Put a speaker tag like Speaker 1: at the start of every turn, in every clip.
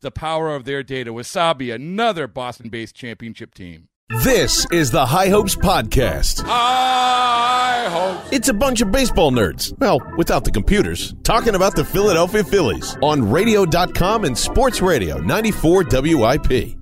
Speaker 1: the power of their data. Wasabi, another Boston based championship team.
Speaker 2: This is the High Hopes Podcast.
Speaker 1: I hope.
Speaker 2: It's a bunch of baseball nerds, well, without the computers, talking about the Philadelphia Phillies on radio.com and sports radio 94 WIP.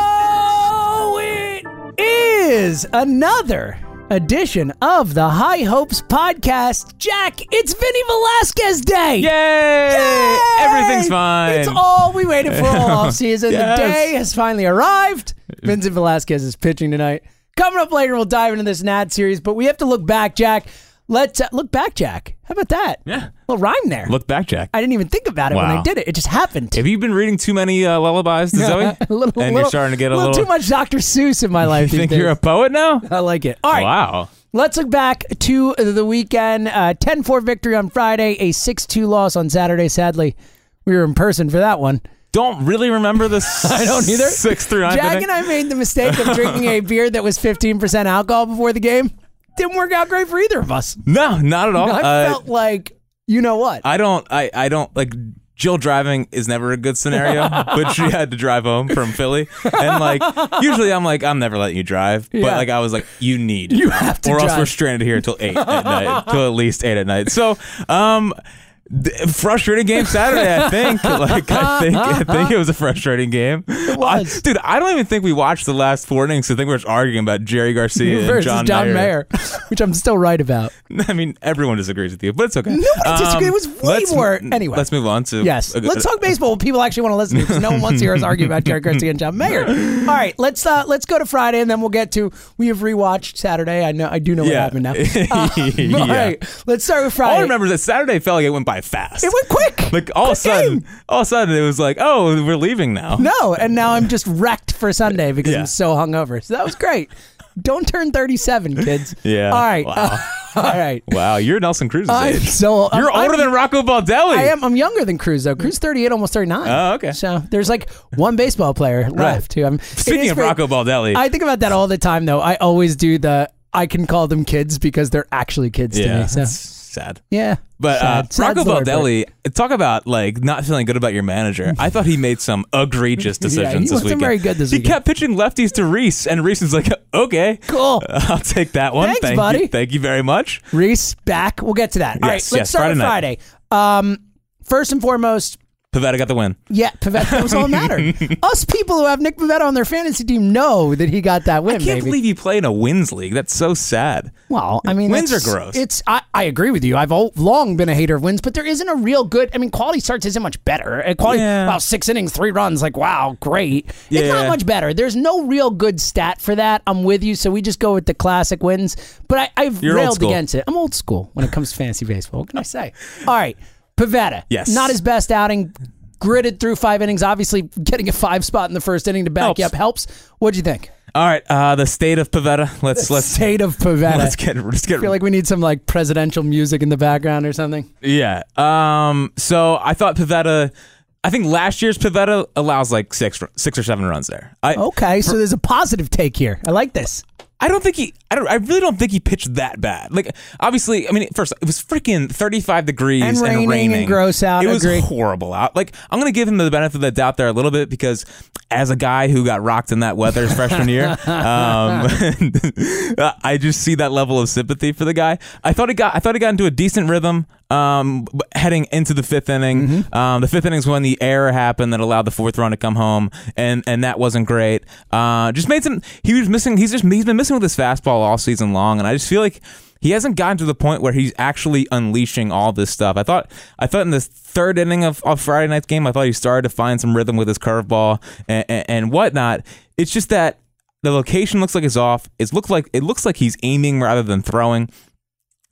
Speaker 3: Yo, it is another edition of the High Hopes podcast. Jack, it's Vinny Velasquez Day.
Speaker 4: Yay!
Speaker 3: Yay!
Speaker 4: Everything's fine.
Speaker 3: It's all we waited for all offseason.
Speaker 4: Yes.
Speaker 3: The day has finally arrived. Vincent Velasquez is pitching tonight. Coming up later, we'll dive into this NAD series, but we have to look back, Jack. Let's uh, look back, Jack. How about that?
Speaker 4: Yeah.
Speaker 3: little rhyme there.
Speaker 4: Look back, Jack.
Speaker 3: I didn't even think about it when I
Speaker 4: Wow.
Speaker 3: did it. It just happened.
Speaker 4: Have you been reading too many uh, lullabies to Zoe?
Speaker 3: a little, little-
Speaker 4: and you're starting to get a little.
Speaker 3: too much Dr. Seuss in my
Speaker 4: You
Speaker 3: life. these
Speaker 4: think you're
Speaker 3: days.
Speaker 4: a poet now?
Speaker 3: I like it. All right.
Speaker 4: Wow.
Speaker 3: Let's look back to the weekend. Uh, 10-4 victory on Friday, a 6-2 loss on Saturday. Sadly, we were in person for that one.
Speaker 4: Don't really remember this.
Speaker 3: I don't either.
Speaker 4: Six through nine.
Speaker 3: Jack and I made the mistake of drinking a beer that was 15% alcohol before the game. Didn't work out great for either of us.
Speaker 4: No, not at all.
Speaker 3: I
Speaker 4: Uh,
Speaker 3: felt like, you know what?
Speaker 4: I don't. I, I don't like. Jill driving is never a good scenario, but she had to drive home from Philly, and like usually I'm like I'm never letting you drive, but
Speaker 3: Yeah.
Speaker 4: like I was like you need
Speaker 3: You have to
Speaker 4: or else
Speaker 3: drive.
Speaker 4: we're stranded here till eight at night, till at least eight at night. So, um, th- frustrating game Saturday, I think. Like I think I think it was a frustrating game. It
Speaker 3: was.
Speaker 4: dude. I don't even think we watched the last four innings. I think we were just arguing about Jerry Garcia
Speaker 3: versus
Speaker 4: and John, Mayer.
Speaker 3: which I'm still right about.
Speaker 4: I mean, everyone disagrees with you, but it's okay. Um,
Speaker 3: Nobody disagrees. It was way
Speaker 4: let's-
Speaker 3: more- anyway.
Speaker 4: Let's move on to
Speaker 3: Yes.
Speaker 4: a-
Speaker 3: Let's talk baseball. People actually want to listen to because no one wants to hear us argue about Jared Garcia and John Mayer. All right, let's uh, let's go to Friday and then we'll get to we have rewatched Saturday. I know I do know what
Speaker 4: Yeah.
Speaker 3: happened now. Uh,
Speaker 4: Yeah.
Speaker 3: All right, let's start with Friday.
Speaker 4: All I remember is that Saturday felt like it went by fast.
Speaker 3: it went quick.
Speaker 4: like all of
Speaker 3: Quick
Speaker 4: a sudden,
Speaker 3: game.
Speaker 4: all of a sudden it was like, oh, we're leaving now.
Speaker 3: No, and now I'm just wrecked for Sunday because
Speaker 4: Yeah.
Speaker 3: I'm so hungover. So that was great. Don't turn 37, kids.
Speaker 4: Yeah.
Speaker 3: All right.
Speaker 4: Wow.
Speaker 3: all right.
Speaker 4: Wow, you're Nelson Cruz's
Speaker 3: I'm
Speaker 4: age.
Speaker 3: so- I'm-
Speaker 4: you're older
Speaker 3: I'm-
Speaker 4: than Rocco Baldelli.
Speaker 3: I am. I'm younger than Cruz though. Cruz 38, almost 39.
Speaker 4: Oh, okay.
Speaker 3: So there's like one baseball player left. Who I'm it is
Speaker 4: Speaking of
Speaker 3: very-
Speaker 4: Rocco Baldelli,
Speaker 3: I think about that all the time though. I always do the. I can call them kids because they're actually kids
Speaker 4: yeah,
Speaker 3: to me.
Speaker 4: it's
Speaker 3: So
Speaker 4: sad.
Speaker 3: yeah.
Speaker 4: But uh,
Speaker 3: Sad. Sad's
Speaker 4: Rocco
Speaker 3: the word for it.
Speaker 4: Baldelli, talk about like not feeling good about your manager. I thought he made some egregious decisions this
Speaker 3: wasn't
Speaker 4: weekend.
Speaker 3: very good this
Speaker 4: he
Speaker 3: weekend.
Speaker 4: kept pitching lefties to Reese, and Reese was like, "Okay,
Speaker 3: Cool.
Speaker 4: I'll take that one.
Speaker 3: Thanks,
Speaker 4: Thank
Speaker 3: buddy.
Speaker 4: you, thank you very much."
Speaker 3: Reese back. We'll get to that. all right.
Speaker 4: Yes,
Speaker 3: Let's
Speaker 4: yes,
Speaker 3: start
Speaker 4: Friday
Speaker 3: with Friday. Um, first and foremost,
Speaker 4: Pavetta got the win.
Speaker 3: yeah, Pavetta that was all that mattered. Us people who have Nick Pavetta on their fantasy team know that he got that win.
Speaker 4: I can't
Speaker 3: baby.
Speaker 4: believe you play in a wins league. That's so sad.
Speaker 3: Well, I mean,
Speaker 4: Wins
Speaker 3: that's-
Speaker 4: are gross.
Speaker 3: It's I, I agree with you. I've all, long been a hater of wins, but there isn't a real good. I mean, quality starts isn't much better. Uh, Quality,
Speaker 4: Yeah.
Speaker 3: wow, six innings, three runs, like wow, great. It's not
Speaker 4: Yeah.
Speaker 3: much better. There's no real good stat for that. I'm with you, so we just go with the classic wins. But I, I've
Speaker 4: You're old
Speaker 3: railed
Speaker 4: school.
Speaker 3: against it. I'm old school when it comes to fantasy baseball. What can I say? All right, Pavetta.
Speaker 4: Yes.
Speaker 3: not his best outing. Gritted through five innings. Obviously, getting a five spot in the first inning to back
Speaker 4: Helps.
Speaker 3: you up helps. What'd you think?
Speaker 4: All right, uh, the state of Pavetta. Let's let's
Speaker 3: State of Pavetta.
Speaker 4: let's get let's get
Speaker 3: I feel like we need some like presidential music in the background or something.
Speaker 4: yeah. Um, so I thought Pavetta. I think last year's Pavetta allows like six six or seven runs there. I
Speaker 3: Okay, so there's a positive take here. I like this.
Speaker 4: I don't think he. I don't. I really don't think he pitched that bad. Like obviously, I mean, first it was freaking thirty five degrees
Speaker 3: And raining and gross out,
Speaker 4: It was
Speaker 3: agree.
Speaker 4: horrible out. Like I'm gonna give him the benefit of the doubt there a little bit because as a guy who got rocked in that weather his freshman year, um, I just see that level of sympathy for the guy. I thought he got. I thought he got into a decent rhythm. Um, b- heading into the fifth inning, um, the fifth inning is when the error happened that allowed the fourth run to come home, and and that wasn't great. Uh, just made some. He was missing. He's just he's been missing with his fastball all season long, and I just feel like he hasn't gotten to the point where he's actually unleashing all this stuff. I thought I thought in this third inning of, of Friday night's game, I thought he started to find some rhythm with his curveball and, and, and whatnot. It's just that the location looks like it's off. It's looked like it looks like he's aiming rather than throwing.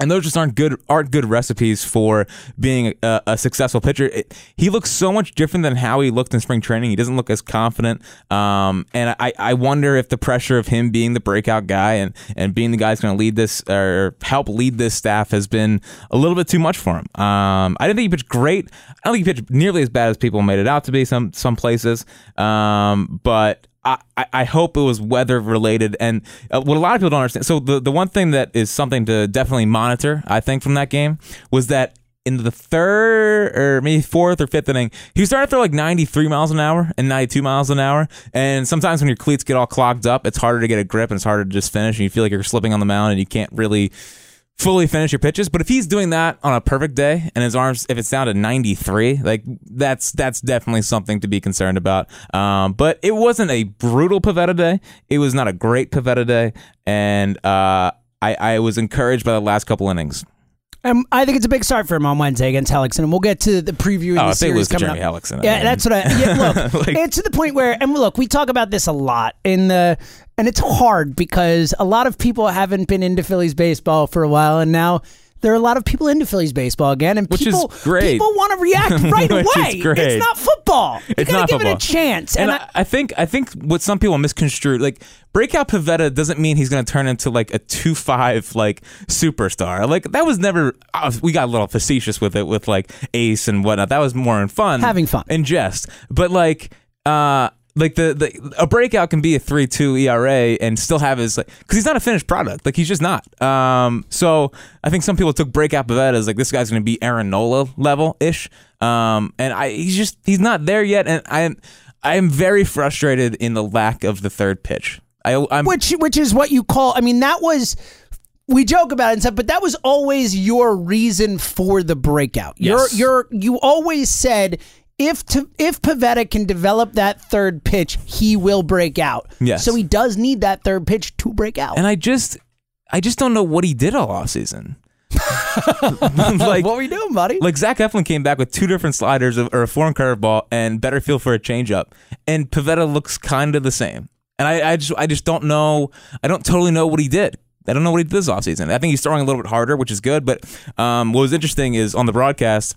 Speaker 4: And those just aren't good aren't good recipes for being a, a successful pitcher. It, he looks so much different than how he looked in spring training. He doesn't look as confident, um, and I, I wonder if the pressure of him being the breakout guy and, and being the guy who's going to lead this or help lead this staff has been a little bit too much for him. Um, I didn't think he pitched great. I don't think he pitched nearly as bad as people made it out to be some some places, um, but I, I- I hope it was weather related. And uh, what a lot of people don't understand. So the, the one thing that is something to definitely monitor, I think, from that game was that in the third or maybe fourth or fifth inning, he started to throw like 93 miles an hour and 92 miles an hour. And sometimes when your cleats get all clogged up, it's harder to get a grip and it's harder to just finish. And you feel like you're slipping on the mound and you can't really fully finish your pitches. But if he's doing that on a perfect day and his arms, if it's down to 93, like that's that's definitely something to be concerned about. Um, but it wasn't a brutal Pavetta day. It was not a great Pavetta day, and uh, I, I was encouraged by the last couple innings.
Speaker 3: Um, I think it's a big start for him on Wednesday against Hellickson, and we'll get to the preview of
Speaker 4: Oh,
Speaker 3: the
Speaker 4: if they
Speaker 3: series
Speaker 4: lose to
Speaker 3: coming
Speaker 4: Jeremy
Speaker 3: up.
Speaker 4: Hellickson, I
Speaker 3: yeah,
Speaker 4: mean-
Speaker 3: that's what I. Yeah, look,
Speaker 4: Like-
Speaker 3: it's to the point where, and look, we talk about this a lot in the, and it's hard because a lot of people haven't been into Phillies baseball for a while, and now. There are a lot of people into Phillies baseball again, and
Speaker 4: Which is
Speaker 3: people
Speaker 4: great.
Speaker 3: people want to react right
Speaker 4: Which is
Speaker 3: away. It's
Speaker 4: great.
Speaker 3: not football. You
Speaker 4: It's
Speaker 3: gotta
Speaker 4: not
Speaker 3: give it
Speaker 4: football.
Speaker 3: a chance.
Speaker 4: And, I, I think I think what some people misconstrue, like breakout Pavetta, doesn't mean he's going to turn into like a two five like superstar. Like that was never. Uh, we got a little facetious with it with like Ace and whatnot. That was more in fun,
Speaker 3: Having fun.
Speaker 4: in jest. But like, uh, like the, the a breakout can be a three two ERA and still have his like because he's not a finished product. Like he's just not. Um, so I think some people took breakout Pavetta as like this guy's going to be Aaron Nola level ish. Um, and I he's just he's not there yet. And I'm I am very frustrated in the lack of the third pitch. I, I'm
Speaker 3: which which is what you call i mean that was we joke about it and stuff but that was always your reason for the breakout
Speaker 4: Yes.
Speaker 3: you're you're you always said if to, if Pavetta can develop that third pitch, he will break out.
Speaker 4: Yes.
Speaker 3: So he does need that third pitch to break out.
Speaker 4: and I just I just don't know what he did all offseason. like
Speaker 3: what were you doing, buddy?
Speaker 4: Like Zach Eflin came back with two different sliders of, or a foreign curveball and better feel for a changeup, and Pavetta looks kind of the same. And I, I just I just don't know. I don't totally know what he did. I don't know what he did this offseason. I think he's throwing a little bit harder, which is good. But um, what was interesting is on the broadcast,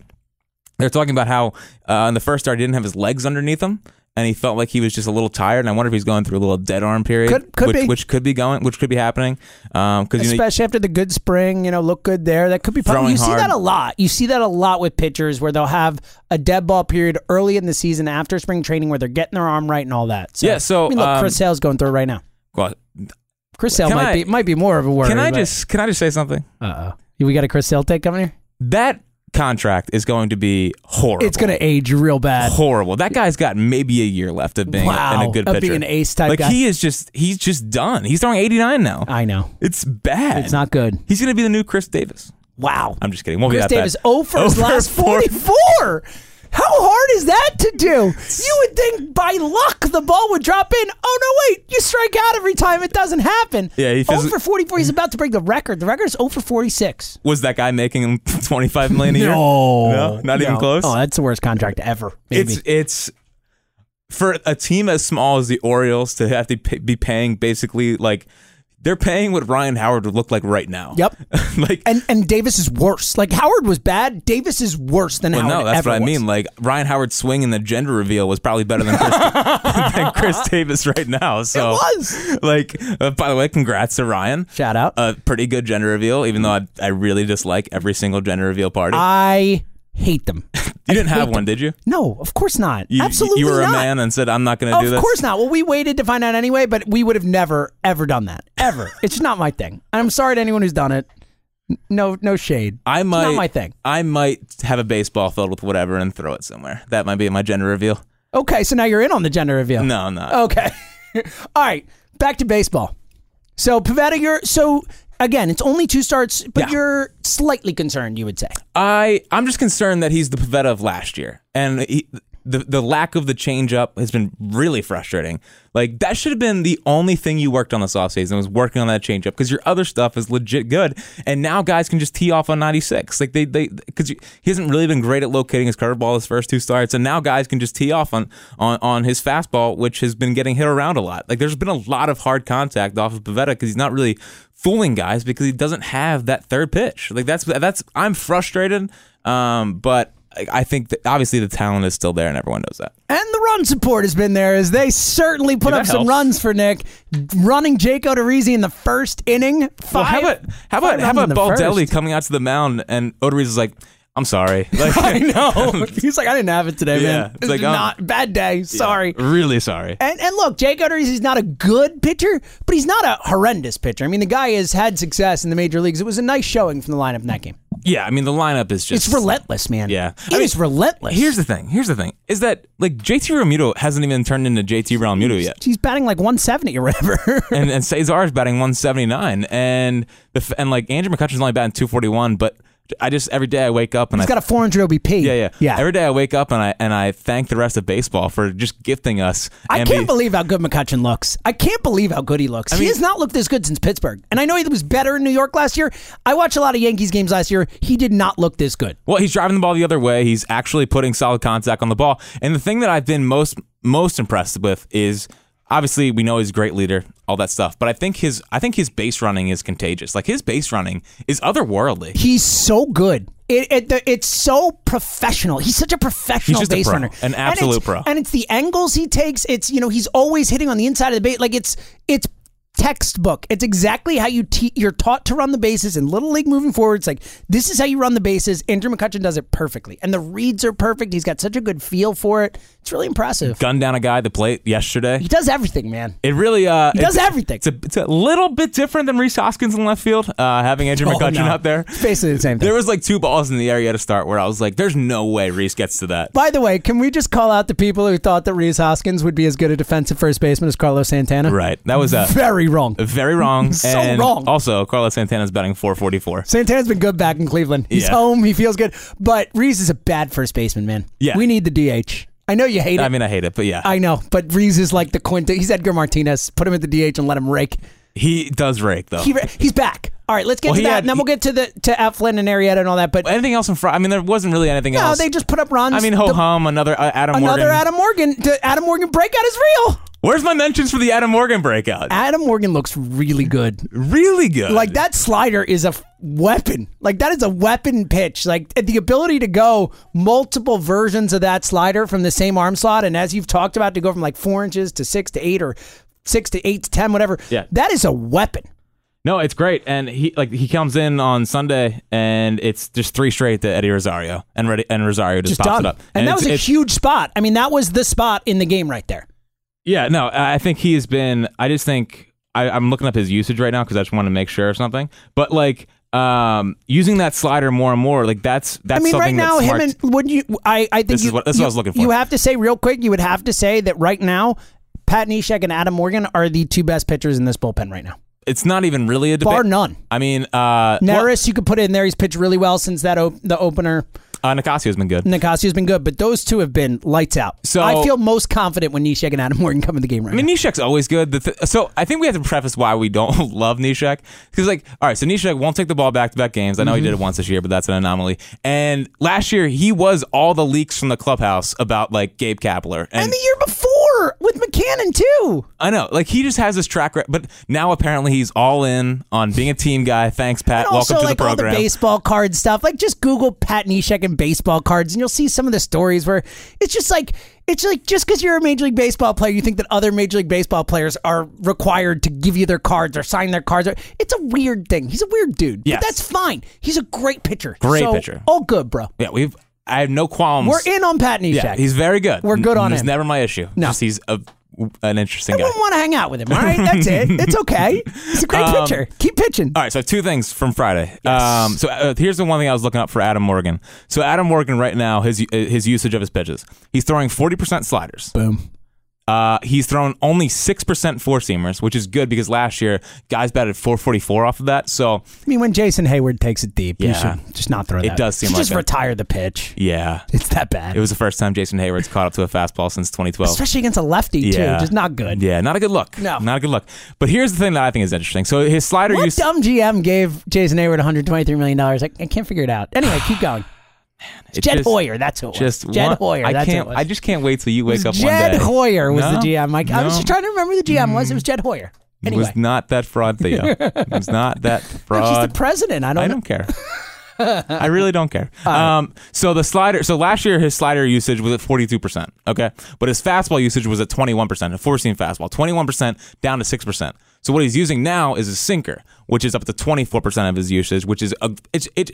Speaker 4: they're talking about how uh, in the first start he didn't have his legs underneath him. And he felt like he was just a little tired, and I wonder if he's going through a little dead arm period,
Speaker 3: Could- could
Speaker 4: which,
Speaker 3: be.
Speaker 4: which could be going, which could be happening, because you know,
Speaker 3: Especially after the good spring, you know, look good there. That could be problem.
Speaker 4: Throwing
Speaker 3: You see
Speaker 4: hard.
Speaker 3: that a lot. You see that a lot with pitchers where they'll have a dead ball period early in the season after spring training where they're getting their arm right and all that. So,
Speaker 4: Yeah, so,
Speaker 3: I mean, look,
Speaker 4: um,
Speaker 3: Chris Sale's going through it right now.
Speaker 4: well,
Speaker 3: Chris Sale
Speaker 4: Can
Speaker 3: might
Speaker 4: I-
Speaker 3: be might be more of a worry.
Speaker 4: can I
Speaker 3: but-
Speaker 4: just can I just say something?
Speaker 3: Uh-oh. We got a Chris Sale take coming here?
Speaker 4: That contract is going to be horrible.
Speaker 3: It's going to age real bad.
Speaker 4: horrible. That guy's got maybe a year left of being
Speaker 3: Wow.
Speaker 4: and a good
Speaker 3: Of
Speaker 4: pitcher.
Speaker 3: being an ace type
Speaker 4: Like
Speaker 3: guy.
Speaker 4: he is just he's just done. He's throwing 89 now.
Speaker 3: I know.
Speaker 4: It's bad.
Speaker 3: It's not good.
Speaker 4: He's gonna be the new Chris Davis.
Speaker 3: Wow.
Speaker 4: I'm just kidding. Won't
Speaker 3: Chris
Speaker 4: be that
Speaker 3: Davis
Speaker 4: bad.
Speaker 3: 0 for his
Speaker 4: 0
Speaker 3: last
Speaker 4: four.
Speaker 3: 44. How hard is that to do? You would think by luck the ball would drop in. Oh, no, wait. You strike out every time. It doesn't happen.
Speaker 4: Yeah, he
Speaker 3: 0
Speaker 4: physically-
Speaker 3: for 44. He's about to break the record. The record is 0 for 46.
Speaker 4: Was that guy making 25 million a year? no, not even
Speaker 3: No.
Speaker 4: close.
Speaker 3: Oh, that's the worst contract ever. Maybe.
Speaker 4: it's it's for a team as small as the Orioles to have to pay, be paying basically like they're paying what Ryan Howard would look like right now.
Speaker 3: Yep.
Speaker 4: like
Speaker 3: And and Davis is worse. Like Howard was bad. Davis is worse than
Speaker 4: Well,
Speaker 3: Howard.
Speaker 4: no, that's
Speaker 3: ever
Speaker 4: what I
Speaker 3: was.
Speaker 4: mean. Like Ryan Howard's swing in the gender reveal was probably better than Chris, than Chris Davis right now. So
Speaker 3: It was.
Speaker 4: Like, uh, by the way, congrats to Ryan.
Speaker 3: Shout out.
Speaker 4: A pretty good gender reveal, even though I, I really dislike every single gender reveal party.
Speaker 3: Uh, I hate them.
Speaker 4: you didn't have one, did you?
Speaker 3: No, of course not.
Speaker 4: you?
Speaker 3: Absolutely
Speaker 4: You were
Speaker 3: not.
Speaker 4: a man and said, "I'm not going to
Speaker 3: Of
Speaker 4: do this."
Speaker 3: course not. Well, we waited to find out anyway, but we would have never ever done that. Ever. it's just not my thing. And I'm sorry to anyone who's done it. N- No, no shade.
Speaker 4: I might.
Speaker 3: my thing.
Speaker 4: I might have a baseball filled with whatever and throw it somewhere. That might be my gender reveal.
Speaker 3: Okay, so now you're in on the gender reveal.
Speaker 4: No, I'm not.
Speaker 3: Okay. All right. Back to baseball. So Pavetta, you're so again, it's only two starts, but
Speaker 4: Yeah.
Speaker 3: you're slightly concerned, you would say.
Speaker 4: I I'm just concerned that he's the Pavetta of last year, and he, the the lack of the change up has been really frustrating. Like that should have been the only thing you worked on this offseason was working on that change up because your other stuff is legit good, and now guys can just tee off on 96. Like they they because he hasn't really been great at locating his curveball his first two starts, and now guys can just tee off on on on his fastball, which has been getting hit around a lot. Like there's been a lot of hard contact off of Pavetta because he's not really fooling guys because he doesn't have that third pitch. Like that's that's I'm frustrated, um, but I- I think that obviously the talent is still there and everyone knows that.
Speaker 3: And the run support has been there as they certainly put
Speaker 4: Yeah,
Speaker 3: up
Speaker 4: that
Speaker 3: some
Speaker 4: helps.
Speaker 3: runs for Nick. Running Jake Odorizzi in the first inning. Five,
Speaker 4: Well, how about how
Speaker 3: five
Speaker 4: about
Speaker 3: runs
Speaker 4: how
Speaker 3: in
Speaker 4: about
Speaker 3: the
Speaker 4: Baldelli
Speaker 3: first.
Speaker 4: coming out to the mound and Odorizzi is like, I'm sorry, like
Speaker 3: I know. He's like, I didn't have it today,
Speaker 4: Yeah,
Speaker 3: man.
Speaker 4: it's
Speaker 3: It's
Speaker 4: like, um,
Speaker 3: not bad day. Sorry.
Speaker 4: really sorry.
Speaker 3: And, and look, Jake Odorizzi's not a good pitcher, but he's not a horrendous pitcher. I mean, the guy has had success in the major leagues. It was a nice showing from the lineup in that game.
Speaker 4: Yeah, I mean the lineup is just
Speaker 3: It's relentless, man.
Speaker 4: Yeah.
Speaker 3: it is
Speaker 4: I mean,
Speaker 3: relentless.
Speaker 4: Here's the thing. Here's the thing is that like JT Romuto hasn't even turned into JT Realmuto yet.
Speaker 3: He's batting like 170 or whatever.
Speaker 4: and and Cesar is batting 179, and the f- and like Andrew McCutcheon's only batting 241. But I just every day I wake up and
Speaker 3: He's
Speaker 4: I
Speaker 3: got a 400 OBP.
Speaker 4: yeah yeah
Speaker 3: yeah.
Speaker 4: every day I wake up and I and I thank the rest of baseball for just gifting us.
Speaker 3: I
Speaker 4: and
Speaker 3: can't
Speaker 4: be-
Speaker 3: believe how good McCutcheon looks. I can't believe how good he looks. he
Speaker 4: mean-
Speaker 3: has not looked this good since Pittsburgh. And I know he was better in New York last year. I watched a lot of Yankees games last year. He did not look this good.
Speaker 4: Well, he's driving the ball the other way. He's actually putting solid contact on the ball. And the thing that I've been most most impressed with is obviously we know he's a great leader, all that stuff. But I think his I think his base running is contagious. Like his base running is otherworldly.
Speaker 3: He's so good. It, it the- it's so professional. He's such a professional
Speaker 4: just a
Speaker 3: base
Speaker 4: pro.
Speaker 3: runner,
Speaker 4: An absolute
Speaker 3: and it's,
Speaker 4: pro.
Speaker 3: And it's the angles he takes. It's you know he's always hitting on the inside of the base. Like it's it's textbook. It's exactly how you te- you're taught to run the bases in little league moving forward. It's like this is how you run the bases. Andrew McCutcheon does it perfectly, and the reads are perfect. He's got such a good feel for it. It's really impressive.
Speaker 4: Gunned down a guy at the plate yesterday.
Speaker 3: He does everything, man.
Speaker 4: It really uh,
Speaker 3: does
Speaker 4: it's-
Speaker 3: everything.
Speaker 4: It's a, it's a little bit different than Reese Hoskins in left field. Uh, having Andrew
Speaker 3: Oh,
Speaker 4: McCutcheon
Speaker 3: no.
Speaker 4: out there,
Speaker 3: It's basically the same thing.
Speaker 4: there was like two balls in the area to start where I was like, "There's no way Reese gets to that."
Speaker 3: By the way, can we just call out the people who thought that Reese Hoskins would be as good a defensive first baseman as Carlos Santana?
Speaker 4: Right, that was uh,
Speaker 3: Very wrong.
Speaker 4: very wrong.
Speaker 3: So
Speaker 4: and
Speaker 3: wrong.
Speaker 4: Also, Carlos Santana's batting 444.
Speaker 3: Santana's been good back in Cleveland. He's
Speaker 4: Yeah.
Speaker 3: home. He feels good. But Reese is a bad first baseman, man.
Speaker 4: Yeah.
Speaker 3: We need the DH. I know you hate it.
Speaker 4: I mean, I hate it, but yeah,
Speaker 3: I know, but Reese is like the Quinta. He's Edgar Martinez. Put him at the DH and let him rake.
Speaker 4: he does rake though.
Speaker 3: He, he's back. All right, let's get
Speaker 4: Well,
Speaker 3: to
Speaker 4: he
Speaker 3: that,
Speaker 4: had-
Speaker 3: and then we'll get to the to at Flynn and Arietta and all that. But
Speaker 4: anything else in front? I mean, there wasn't really anything
Speaker 3: no,
Speaker 4: else.
Speaker 3: they just put up runs.
Speaker 4: I mean,
Speaker 3: The-
Speaker 4: ho hum, another uh, Adam
Speaker 3: Another
Speaker 4: Morgan.
Speaker 3: Adam Morgan. The Adam Morgan breakout is real.
Speaker 4: Where's my mentions for the Adam Morgan breakout?
Speaker 3: Adam Morgan looks really good.
Speaker 4: really good.
Speaker 3: Like that slider is a f- weapon. Like that is a weapon pitch. Like eh, the ability to go multiple versions of that slider from the same arm slot, and as you've talked about, to go from like four inches to six to eight or six to eight to ten, whatever.
Speaker 4: Yeah.
Speaker 3: that is a weapon.
Speaker 4: No, it's great, and he like he comes in on Sunday, and it's just three straight to Eddie Rosario, and Reddy, and Rosario just,
Speaker 3: Just
Speaker 4: pops
Speaker 3: done.
Speaker 4: it up,
Speaker 3: and, that
Speaker 4: it's-
Speaker 3: was a
Speaker 4: it's-
Speaker 3: huge spot. I mean, that was the spot in the game right there.
Speaker 4: yeah. No, I I think he has been. I just think I, I'm looking up his usage right now because I just want to make sure of something. But like um using that slider more and more, like that's that's
Speaker 3: I mean, right
Speaker 4: something
Speaker 3: now,
Speaker 4: that's
Speaker 3: him
Speaker 4: smart.
Speaker 3: and would you? I, I think
Speaker 4: This is
Speaker 3: you,
Speaker 4: what- this is
Speaker 3: you,
Speaker 4: what I was looking for.
Speaker 3: You have to say real quick. You would have to say that right now, Pat Neshek and Adam Morgan are the two best pitchers in this bullpen right now,
Speaker 4: it's not even really a debate.
Speaker 3: bar none.
Speaker 4: I mean, uh, well,
Speaker 3: Neris, you could put in there. He's pitched really well since that op- the opener.
Speaker 4: uh Nicasio's been good.
Speaker 3: Nicasio's been good, but those two have been lights out.
Speaker 4: So-
Speaker 3: I feel most confident when Nishek and Adam Morgan come in the game right
Speaker 4: I mean, Nishek's always good. The th- so I think we have to preface why we don't love Nishek because, like, all right, so Nishek won't take the ball back to back games. I know
Speaker 3: Mm-hmm.
Speaker 4: he did it once this year, but that's an anomaly. And last year, he was all the leaks from the clubhouse about like Gabe Kapler
Speaker 3: now. And the year before, were with McCannon too.
Speaker 4: I know. Like he just has this track record, but now apparently he's all in on being a team guy. Thanks, Pat.
Speaker 3: And
Speaker 4: Welcome
Speaker 3: also,
Speaker 4: to
Speaker 3: like
Speaker 4: the program.
Speaker 3: all the baseball card stuff. Like, just Google Pat Neshek and baseball cards, and you'll see some of the stories where it's just like it's like just because you're a Major League Baseball player, you think that other Major League Baseball players are required to give you their cards or sign their cards. It's a weird thing. He's a weird dude,
Speaker 4: Yes.
Speaker 3: but that's fine. He's a great pitcher.
Speaker 4: Great
Speaker 3: So,
Speaker 4: pitcher.
Speaker 3: All good, bro.
Speaker 4: yeah, we've. I have no qualms.
Speaker 3: We're in on Pat Neshek.
Speaker 4: Yeah, he's very good.
Speaker 3: We're good
Speaker 4: N-
Speaker 3: on
Speaker 4: It's
Speaker 3: him.
Speaker 4: never my issue.
Speaker 3: No.
Speaker 4: Just he's a, an interesting guy.
Speaker 3: I wouldn't want to hang out with him. All right, that's it. It's okay. He's a great pitcher. Keep pitching.
Speaker 4: Um, All right, so I have two things from Friday. Um, so uh, here's the one thing I was looking up for Adam Morgan. So Adam Morgan right now his uh, his usage of his pitches. He's throwing 40% sliders.
Speaker 3: Boom.
Speaker 4: Uh, he's thrown only 6% four seamers, which is good because last year guys batted 444 off of that. So
Speaker 3: I mean, when Jason Hayward takes it deep, you
Speaker 4: Yeah.
Speaker 3: should just not throw that.
Speaker 4: It does seem
Speaker 3: You should
Speaker 4: like
Speaker 3: just
Speaker 4: that.
Speaker 3: retire the pitch.
Speaker 4: yeah,
Speaker 3: It's that bad.
Speaker 4: it was the first time Jason Hayward's caught up to a fastball since 2012.
Speaker 3: especially against a lefty
Speaker 4: Yeah.
Speaker 3: too. Just not good.
Speaker 4: Yeah, not a good look.
Speaker 3: No.
Speaker 4: not a good look. But here's the thing that I think is interesting. So his slider
Speaker 3: What
Speaker 4: use.
Speaker 3: dumb GM gave Jason Hayward 123 million dollars? I, I can't figure it out. Anyway, keep going. It's
Speaker 4: it
Speaker 3: Jed
Speaker 4: just-
Speaker 3: Hoyer, that's who. It was.
Speaker 4: Just
Speaker 3: Jed
Speaker 4: one-
Speaker 3: Hoyer.
Speaker 4: I
Speaker 3: that's who
Speaker 4: can't.
Speaker 3: it was.
Speaker 4: I just can't wait till you wake up one
Speaker 3: Jed
Speaker 4: day.
Speaker 3: Hoyer was
Speaker 4: No,
Speaker 3: the GM. Like, I was
Speaker 4: no. Mm.
Speaker 3: just trying to remember who the GM was. It was Jed Hoyer.
Speaker 4: It
Speaker 3: Anyway,
Speaker 4: was not that fraud, Theo. it was not that
Speaker 3: No, she's
Speaker 4: fraud.
Speaker 3: the president. I don't.
Speaker 4: I
Speaker 3: know.
Speaker 4: don't care. I really don't care. Um, so the slider. So last year his slider usage was at forty two percent. Okay, but his fastball usage was at twenty one percent. A four seam fastball, twenty one percent down to six percent. So what he's using now is a sinker, which is up to twenty four percent of his usage, which is a, it's it.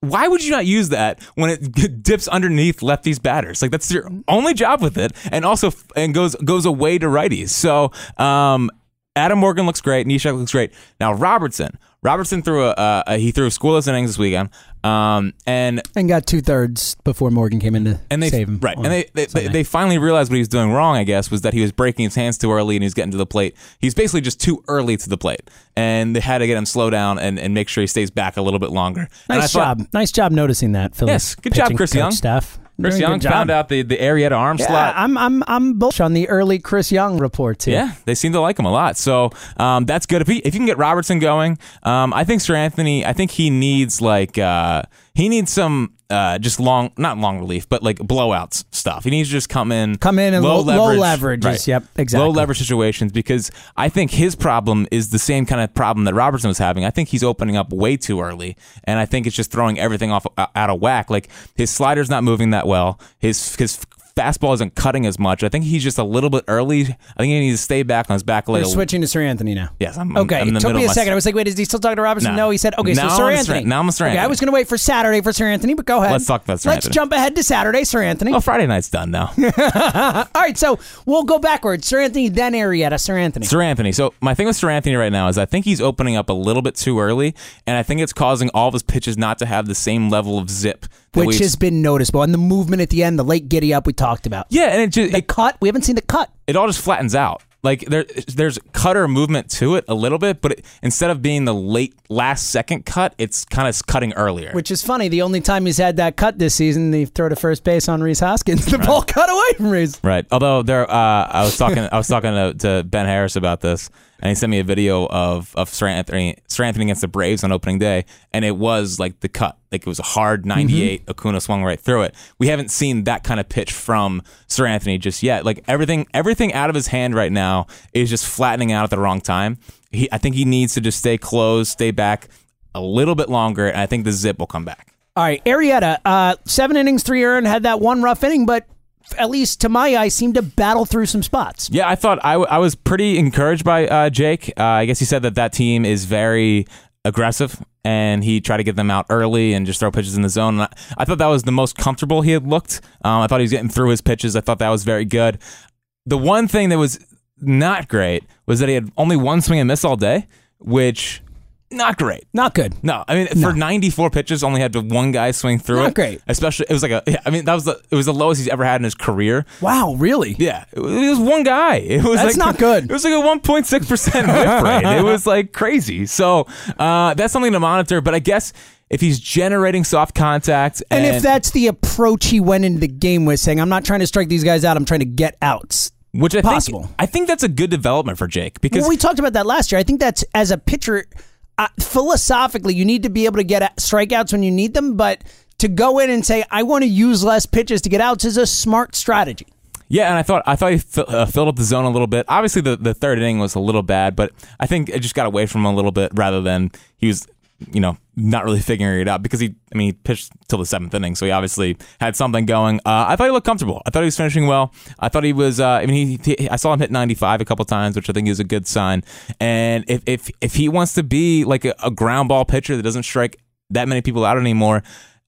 Speaker 4: Why would you not use that when it dips underneath lefties batters? Like that's your only job with it, and also and goes goes away to righties. So um, Adam Morgan looks great. Nishak looks great. Now Robertson. Robertson threw a, uh, a he threw a scoreless innings this weekend. Um, and
Speaker 3: And got two thirds before Morgan came in to
Speaker 4: and they
Speaker 3: save him.
Speaker 4: right
Speaker 3: on
Speaker 4: and they they, they
Speaker 3: Sunday.
Speaker 4: they finally realized what he was doing wrong. I guess was that he was breaking his hands too early and he was getting to the plate. He's basically just too early to the plate, and they had to get him slow down and, and make sure he stays back a little bit longer. and I
Speaker 3: nice
Speaker 4: thought-
Speaker 3: job. nice job noticing that, Phillips.
Speaker 4: Yes, good job,
Speaker 3: pitching
Speaker 4: Chris
Speaker 3: coach
Speaker 4: Young.
Speaker 3: Staff.
Speaker 4: Chris
Speaker 3: Very
Speaker 4: Young
Speaker 3: good job.
Speaker 4: found out the the Arietta arm
Speaker 3: Yeah,
Speaker 4: slot.
Speaker 3: I'm I'm I'm bullish on the early Chris Young reports here.
Speaker 4: Yeah, they seem to like him a lot. So um, that's good. If, he, if you can get Robertson going, um, I think Sir Anthony, I think he needs like, uh, he needs some uh, just long, not long relief, but like blowouts stuff. He needs to just come in.
Speaker 3: Come in and low- low leverages.
Speaker 4: Right.
Speaker 3: Yep, exactly.
Speaker 4: Low leverage situations because I think his problem is the same kind of problem that Robertson was having. I think he's opening up way too early, and I think it's just throwing everything off uh, out of whack. Like his slider's not moving that well. His his fastball isn't cutting as much. I think he's just a little bit early. I think he needs to stay back on his back leg.
Speaker 3: We're switching to Sir Anthony now.
Speaker 4: Yes, I'm- I'm-
Speaker 3: okay.
Speaker 4: I'm in the
Speaker 3: it took me
Speaker 4: middle
Speaker 3: a
Speaker 4: of my-
Speaker 3: second. I was like, wait, is he still talking to Robertson?
Speaker 4: No.
Speaker 3: No, he said, okay, so
Speaker 4: Now I'm
Speaker 3: Sir
Speaker 4: on Sir-
Speaker 3: Anthony.
Speaker 4: now I'm on Sir
Speaker 3: okay, I
Speaker 4: Anthony.
Speaker 3: was going to wait for Saturday for Sir Anthony, but go ahead.
Speaker 4: Let's talk about Sir
Speaker 3: Let's
Speaker 4: Anthony.
Speaker 3: jump ahead to Saturday, Sir Anthony.
Speaker 4: Oh, Friday night's done now.
Speaker 3: All right, so we'll go backwards. Sir Anthony, then Arietta. Sir Anthony.
Speaker 4: Sir Anthony. So my thing with Sir Anthony right now is I think he's opening up a little bit too early, and I think it's causing all of his pitches not to have the same level of zip. that
Speaker 3: which
Speaker 4: we've-
Speaker 3: has been noticeable. And the movement at the end, the late giddy up we talked about.
Speaker 4: yeah, and it just
Speaker 3: The cut, we haven't seen the cut.
Speaker 4: it all just flattens out. Like there, there's cutter movement to it a little bit, but it, instead of being the late last second cut, it's kind of cutting earlier.
Speaker 3: Which is funny. The only time he's had that cut this season, they throw to first base on Reese Hoskins. The ball cut away from Reese.
Speaker 4: right. Although there, uh, I was talking, I was talking to, to Ben Harris about this, and he sent me a video of of Sir Anthony, Sir Anthony against the Braves on opening day, and it was like the cut, like it was a hard 98. Acuna swung right through it. We haven't seen that kind of pitch from Sir Anthony just yet. Like everything, everything out of his hand right now is just flattening out at the wrong time. He, I think he needs to just stay close, stay back a little bit longer, and I think the zip will come back.
Speaker 3: All right, Arietta, uh, seven innings, three earned, had that one rough inning, but at least to my eye, seemed to battle through some spots.
Speaker 4: Yeah, I thought I, w- I was pretty encouraged by uh, Jake. Uh, I guess he said that that team is very aggressive and he tried to get them out early and just throw pitches in the zone. And I, I thought that was the most comfortable he had looked. Um, I thought he was getting through his pitches. I thought that was very good. The one thing that was not great was that he had only one swing and miss all day, which not great.
Speaker 3: Not good.
Speaker 4: No, I mean for 94 pitches, only had to one guy swing through
Speaker 3: Not
Speaker 4: it.
Speaker 3: great.
Speaker 4: Especially, it was like a. yeah, I mean, that was the it was the lowest he's ever had in his career.
Speaker 3: Wow, really?
Speaker 4: Yeah, it was it was one guy. It was
Speaker 3: That's
Speaker 4: like,
Speaker 3: not good.
Speaker 4: It was like a one point six percent whip rate. It was like crazy. So uh, that's something to monitor. But I guess if he's generating soft contact, and,
Speaker 3: And, if that's the approach he went into the game with, saying, I'm not trying to strike these guys out, I'm trying to get outs.
Speaker 4: which I
Speaker 3: possible.
Speaker 4: think I think that's a good development for Jake because
Speaker 3: Well, we talked about that last year. I think that's as a pitcher, uh, philosophically, you need to be able to get at- strikeouts when you need them, but to go in and say, I want to use less pitches to get outs is a smart strategy.
Speaker 4: Yeah, and I thought I thought he fi- uh, filled up the zone a little bit. Obviously, the, the third inning was a little bad, but I think it just got away from him a little bit rather than he was, you know, not really figuring it out because he, I mean, he pitched till the seventh inning, so he obviously had something going. Uh, I thought he looked comfortable. I thought he was finishing well. I thought he was. Uh, I mean, he, he I saw him hit 95 a couple times, which I think is a good sign. And if if if he wants to be like a, a ground ball pitcher that doesn't strike that many people out anymore.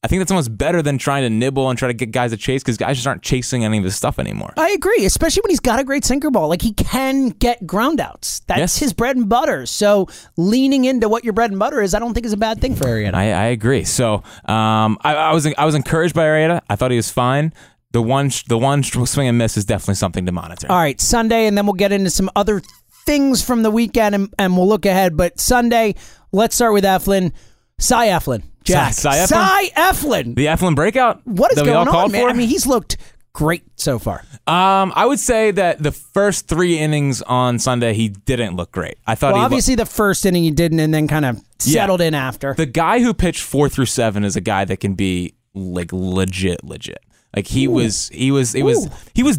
Speaker 4: I think that's almost better than trying to nibble and try to get guys to chase because guys just aren't chasing any of his stuff anymore.
Speaker 3: I agree, especially when he's got a great sinker ball. Like he can get groundouts. That's
Speaker 4: Yes.
Speaker 3: his bread and butter. So leaning into what your bread and butter is, I don't think is a bad thing for Arietta.
Speaker 4: I, I agree. So um, I, I was I was encouraged by Arietta. I thought he was fine. The one the one swing and miss is definitely something to monitor.
Speaker 3: All right, Sunday, and then we'll get into some other things from the weekend, and, and we'll look ahead. But Sunday, let's start with Eflin, Cy Eflin, Jack,
Speaker 4: Cy Eflin?
Speaker 3: Cy Eflin.
Speaker 4: The Eflin breakout.
Speaker 3: What is
Speaker 4: that we all
Speaker 3: going on,
Speaker 4: called
Speaker 3: man?
Speaker 4: For?
Speaker 3: I mean, he's looked great so far.
Speaker 4: um, I would say that the first three innings on Sunday he didn't look great. I thought
Speaker 3: Well,
Speaker 4: he lo-
Speaker 3: obviously, the first inning he didn't, and then kind of
Speaker 4: Yeah.
Speaker 3: settled in after.
Speaker 4: the guy who pitched four through seven is a guy that can be like legit, legit. Like he was, he was, it was,
Speaker 3: Ooh.
Speaker 4: he was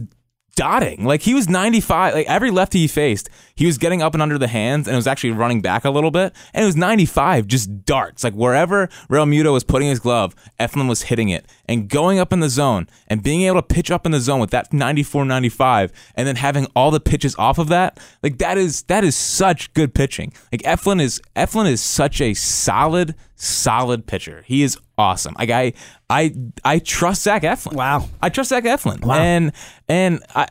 Speaker 4: dotting. Like he was 95. Like every lefty he faced, he was getting up and under the hands and it was actually running back a little bit. And it was 95, just darts. Like wherever Real Muto was putting his glove, Eflin was hitting it and going up in the zone and being able to pitch up in the zone with that 94, 95 and then having all the pitches off of that. Like that is, that is such good pitching. Like Eflin is, Eflin is such a solid, solid pitcher. He is awesome. Like I, I, I trust Zach Eflin.
Speaker 3: Wow.
Speaker 4: I trust Zach Eflin, and and I.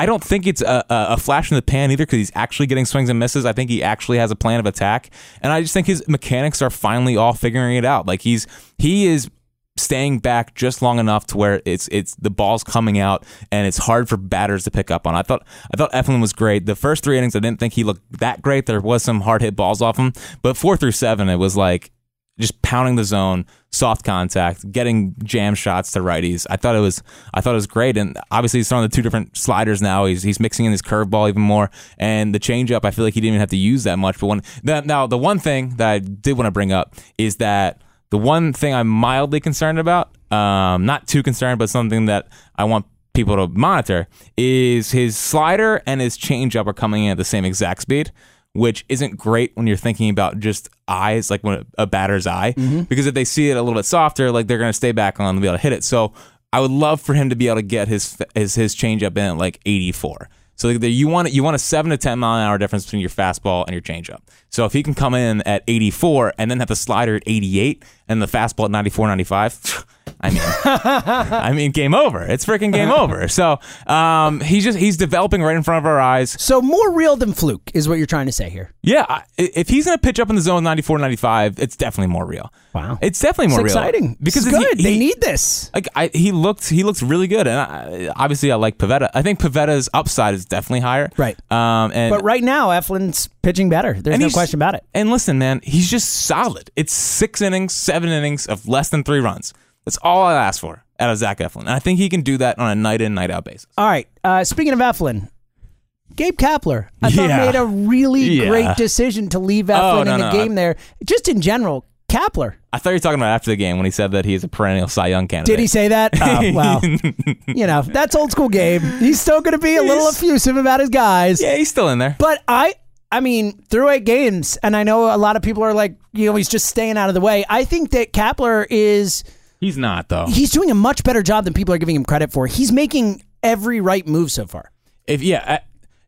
Speaker 4: I don't think it's a, a a flash in the pan either because he's actually getting swings and misses. I think he actually has a plan of attack, and I just think his mechanics are finally all figuring it out. Like he's he is staying back just long enough to where it's it's the ball's coming out and it's hard for batters to pick up on. I thought I thought Eflin was great. The first three innings, I didn't think he looked that great. There was some hard hit balls off him, but four through seven, it was like just pounding the zone, soft contact, getting jam shots to righties. I thought it was I thought it was great, and obviously he's throwing the two different sliders now. He's he's mixing in his curveball even more, and the changeup. I feel like he didn't even have to use that much. But when that, now the one thing that I did want to bring up is that the one thing I'm mildly concerned about, um, not too concerned, but something that I want people to monitor is his slider and his changeup are coming in at the same exact speed, which isn't great when you're thinking about just eyes, like when a batter's eye, because if they see it a little bit softer, like they're going to stay back on and be able to hit it. So I would love for him to be able to get his his his changeup in at like 84. So like, the- you want you want a seven to ten mile an hour difference between your fastball and your changeup. So if he can come in at 84 and then have the slider at 88 and the fastball at 94, 95, I mean, I mean, game over. It's freaking game over. So um, he's just he's developing right in front of our eyes.
Speaker 3: so more real than fluke is what you're trying to say here.
Speaker 4: Yeah, I- if he's going to pitch up in the zone 94, 95, it's definitely more real.
Speaker 3: Wow.
Speaker 4: it's definitely
Speaker 3: It's
Speaker 4: more real.
Speaker 3: exciting
Speaker 4: because
Speaker 3: it's
Speaker 4: if he-
Speaker 3: good. they
Speaker 4: he-
Speaker 3: need this.
Speaker 4: like I, he looked he looked really good, and I, obviously I like Pavetta. I think Pavetta's upside is definitely higher,
Speaker 3: Right.
Speaker 4: Um, and
Speaker 3: But right now, Eflin's pitching better. There's
Speaker 4: and
Speaker 3: no
Speaker 4: he's-
Speaker 3: question about it.
Speaker 4: And listen, man, he's just solid. It's six innings, seven innings of less than three runs. That's all I ask for out of Zach Eflin, and I think he can do that on a night in, night out basis.
Speaker 3: All right. Uh, speaking of Eflin, Gabe Kapler, I thought
Speaker 4: Yeah.
Speaker 3: made a really
Speaker 4: Yeah.
Speaker 3: great decision to leave Eflin
Speaker 4: Oh, no,
Speaker 3: in the
Speaker 4: no,
Speaker 3: game there. Just in general, Kapler.
Speaker 4: I thought you were talking about after the game when he said that he is a perennial Cy Young candidate.
Speaker 3: Did he say that?
Speaker 4: Uh,
Speaker 3: Oh, well, you know, that's old school Gabe. He's still going to be a little
Speaker 4: He's-
Speaker 3: effusive about his guys.
Speaker 4: Yeah, he's still in there.
Speaker 3: But I, I mean, through eight games, and I know a lot of people are like, you know, he's just staying out of the way. I think that Kapler is.
Speaker 4: He's not though.
Speaker 3: he's doing a much better job than people are giving him credit for. He's making every right move so far.
Speaker 4: if yeah, I,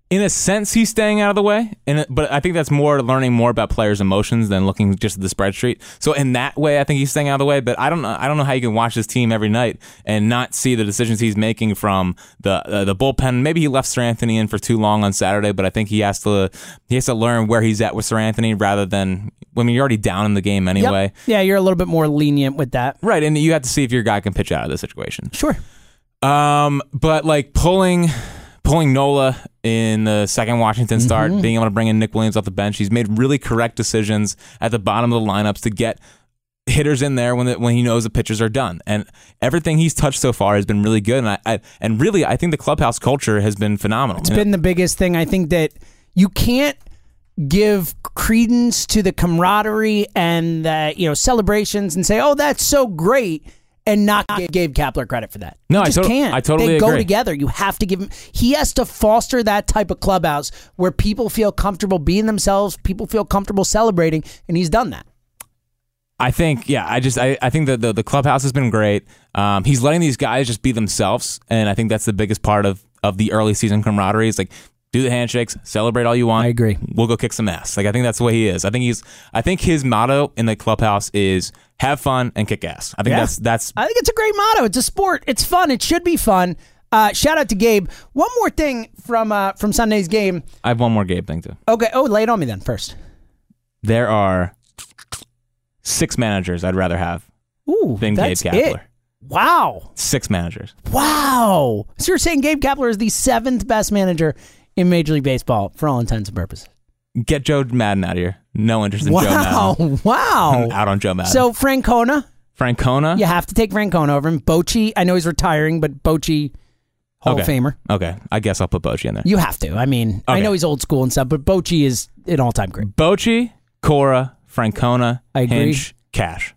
Speaker 4: in a sense, he's staying out of the way. In a, but I think that's more learning more about players' emotions than looking just at the spreadsheet. So in that way, I think he's staying out of the way. But I don't know. I don't know how you can watch this team every night and not see the decisions he's making from the uh, the bullpen. Maybe he left Sir Anthony in for too long on Saturday, but I think he has to he has to learn where he's at with Sir Anthony rather than. I mean, you're already down in the game anyway.
Speaker 3: Yep. Yeah, you're a little bit more lenient with that.
Speaker 4: Right, and you have to see if your guy can pitch out of this situation.
Speaker 3: Sure.
Speaker 4: Um, but like pulling, pulling Nola in the second Washington start, being able to bring in Nick Williams off the bench, he's made really correct decisions at the bottom of the lineups to get hitters in there when the, when he knows the pitchers are done. And everything he's touched so far has been really good. And I, I and really, I think the clubhouse culture has been phenomenal.
Speaker 3: It's been the biggest thing. I think that you can't give credence to the camaraderie and the you know celebrations and say, "Oh, that's so great." and not give Gabe Kapler credit for that.
Speaker 4: No,
Speaker 3: You
Speaker 4: I
Speaker 3: just
Speaker 4: tot-
Speaker 3: can't.
Speaker 4: I totally
Speaker 3: they go
Speaker 4: agree.
Speaker 3: together. You have to give him. He has to foster that type of clubhouse where people feel comfortable being themselves, people feel comfortable celebrating, and he's done that.
Speaker 4: I think, yeah, I just, I, I think that the, the clubhouse has been great. Um, he's letting these guys just be themselves. And I think that's the biggest part of, of the early season camaraderie is like, do the handshakes, celebrate all you want.
Speaker 3: I agree.
Speaker 4: We'll go kick some ass. Like, I think that's the way he is. I think he's, I think his motto in the clubhouse is have fun and kick ass. I think
Speaker 3: Yeah.
Speaker 4: that's, that's,
Speaker 3: I think it's a great motto. It's a sport. It's fun. It should be fun. Uh, shout out to Gabe. One more thing from uh, from Sunday's game.
Speaker 4: I have one more Gabe thing too.
Speaker 3: Okay. Oh, lay it on me then first.
Speaker 4: There are six managers I'd rather have
Speaker 3: Ooh,
Speaker 4: than
Speaker 3: that's
Speaker 4: Gabe
Speaker 3: it.
Speaker 4: Kapler.
Speaker 3: Wow.
Speaker 4: Six managers.
Speaker 3: Wow. So you're saying Gabe Kapler is the seventh best manager in Major League Baseball for all intents and purposes.
Speaker 4: Get Joe Madden out of here. No interest in Joe
Speaker 3: Wow.
Speaker 4: Madden. I'm
Speaker 3: Wow.
Speaker 4: out on Joe Madden.
Speaker 3: so Francona,
Speaker 4: Francona.
Speaker 3: you have to take Francona over him. Bochy, I know he's retiring, but Bochy, Hall
Speaker 4: Okay.
Speaker 3: of Famer.
Speaker 4: Okay, I guess I'll put Bochy in there.
Speaker 3: You have to. I mean, I
Speaker 4: Okay.
Speaker 3: know he's old school and stuff, but Bochy is an all time great.
Speaker 4: Bochy, Cora, Francona,
Speaker 3: I agree.
Speaker 4: Hinch, Cash.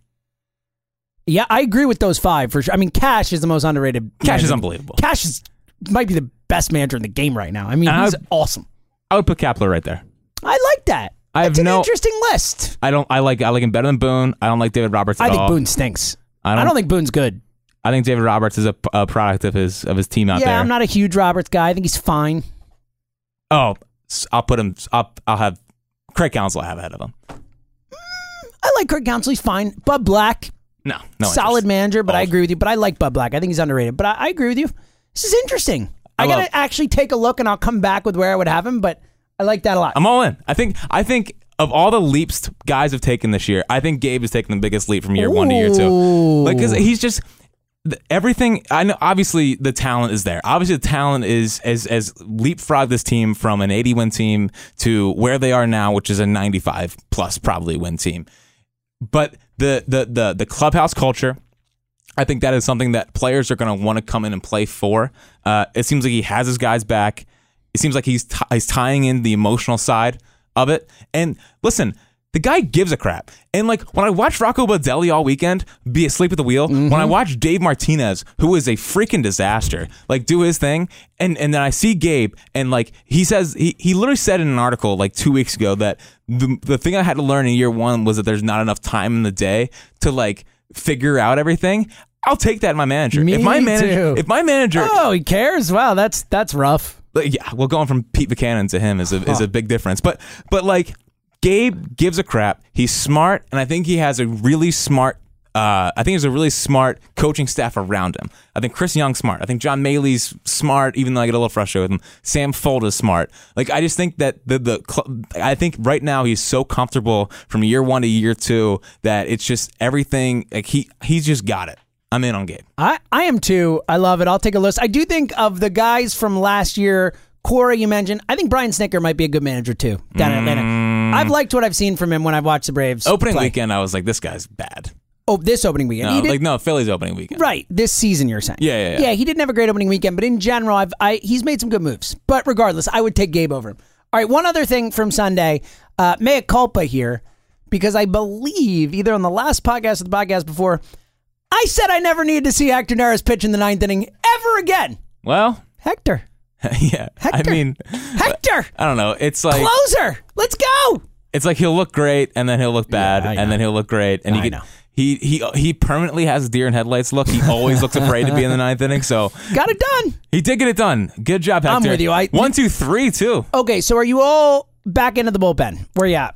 Speaker 3: Yeah, I agree with those five for sure. I mean, Cash is the most underrated.
Speaker 4: Cash is
Speaker 3: manager.
Speaker 4: unbelievable.
Speaker 3: Cash is might be the best manager in the game right now. I mean,
Speaker 4: And I
Speaker 3: he's
Speaker 4: would-
Speaker 3: awesome.
Speaker 4: I would put Kapler right there.
Speaker 3: I like that.
Speaker 4: I have
Speaker 3: That's an
Speaker 4: no-
Speaker 3: interesting list.
Speaker 4: I don't. I like. I like him better than Boone. I don't like David Roberts at
Speaker 3: I think
Speaker 4: all.
Speaker 3: Boone stinks.
Speaker 4: I
Speaker 3: I
Speaker 4: don't,
Speaker 3: don't, think Boone's good.
Speaker 4: I think David Roberts is a, a product of his of his team out
Speaker 3: yeah,
Speaker 4: there.
Speaker 3: I'm not a huge Roberts guy. I think he's fine.
Speaker 4: oh, s- I'll put him. I'll, I'll have Craig Council. I have ahead of him.
Speaker 3: I like Craig Counsell. He's fine. Bud Black,
Speaker 4: No, no.
Speaker 3: solid
Speaker 4: interest.
Speaker 3: manager, but I
Speaker 4: Awful.
Speaker 3: agree with you. But I like Bud Black. I think he's underrated. But I, I agree with you. This is interesting. I,
Speaker 4: I
Speaker 3: gotta
Speaker 4: love-
Speaker 3: actually take a look, and I'll come back with where I would have him. But I like that a lot.
Speaker 4: I'm all in. I think. I think of all the leaps guys have taken this year, I think Gabe has taken the biggest leap from year one to year two. Like, because he's just th- everything. I know. Obviously, the talent is there. Obviously, the talent is as as leapfrog this team from an 80 win team to where they are now, which is a 95 plus probably win team. But the the the the clubhouse culture. I think that is something that players are going to want to come in and play for. Uh, it seems like he has his guys back. It seems like he's t- he's tying in the emotional side of it. And listen, the guy gives a crap. And like when I watched Rocco Baldelli all weekend be asleep at the wheel, when I watched Dave Martinez, who is a freaking disaster, like do his thing, and and then I see Gabe, and like he says he he literally said in an article like two weeks ago that the the thing I had to learn in year one was that there's not enough time in the day to like figure out everything. I'll take that in my manager.
Speaker 3: Me
Speaker 4: if my manager
Speaker 3: too.
Speaker 4: if my manager
Speaker 3: oh, he cares. Wow, that's that's rough.
Speaker 4: like, yeah, well, going from Pete Buchanan to him is a is a big difference. But but like Gabe gives a crap. He's smart, and I think he has a really smart. Uh, I think there's a really smart coaching staff around him. I think Chris Young's smart. I think John Maley's smart, even though I get a little frustrated with him. Sam Folda's smart. Like I just think that the the cl- I think right now he's so comfortable from year one to year two that it's just everything. Like he he's just got it. I'm in on Gabe.
Speaker 3: I, I am too. I love it. I'll take a list. I do think of the guys from last year, Cora, you mentioned. I think Brian Snicker might be a good manager too down in Atlanta. I've liked what I've seen from him when I've watched the Braves.
Speaker 4: Mm. Opening
Speaker 3: play.
Speaker 4: weekend, I was like, this guy's bad.
Speaker 3: Oh, this opening weekend.
Speaker 4: No,
Speaker 3: He did-
Speaker 4: like no, Philly's opening weekend.
Speaker 3: Right, this season you're saying.
Speaker 4: Yeah, yeah, yeah.
Speaker 3: he didn't have a great opening weekend, but in general, I've, I he's made some good moves. But regardless, I would take Gabe over him. All right, one other thing from Sunday, uh, mea culpa here, because I believe either on the last podcast or the podcast before, I said I never needed to see Hector Neris pitch in the ninth inning ever again.
Speaker 4: Well,
Speaker 3: Hector,
Speaker 4: yeah.
Speaker 3: Hector.
Speaker 4: I mean,
Speaker 3: Hector,
Speaker 4: I don't know. It's like
Speaker 3: closer, let's go.
Speaker 4: it's like he'll look great and then he'll look bad
Speaker 3: I know.
Speaker 4: and then he'll look great and he
Speaker 3: I
Speaker 4: could-
Speaker 3: know.
Speaker 4: he he he permanently has deer in headlights look. He always looks afraid to be in the ninth inning. So
Speaker 3: Got it done.
Speaker 4: he did get it done. Good job, Hector.
Speaker 3: I'm with you. I-
Speaker 4: one, two, three, two.
Speaker 3: Okay, so are you all back into the bullpen? Where you at?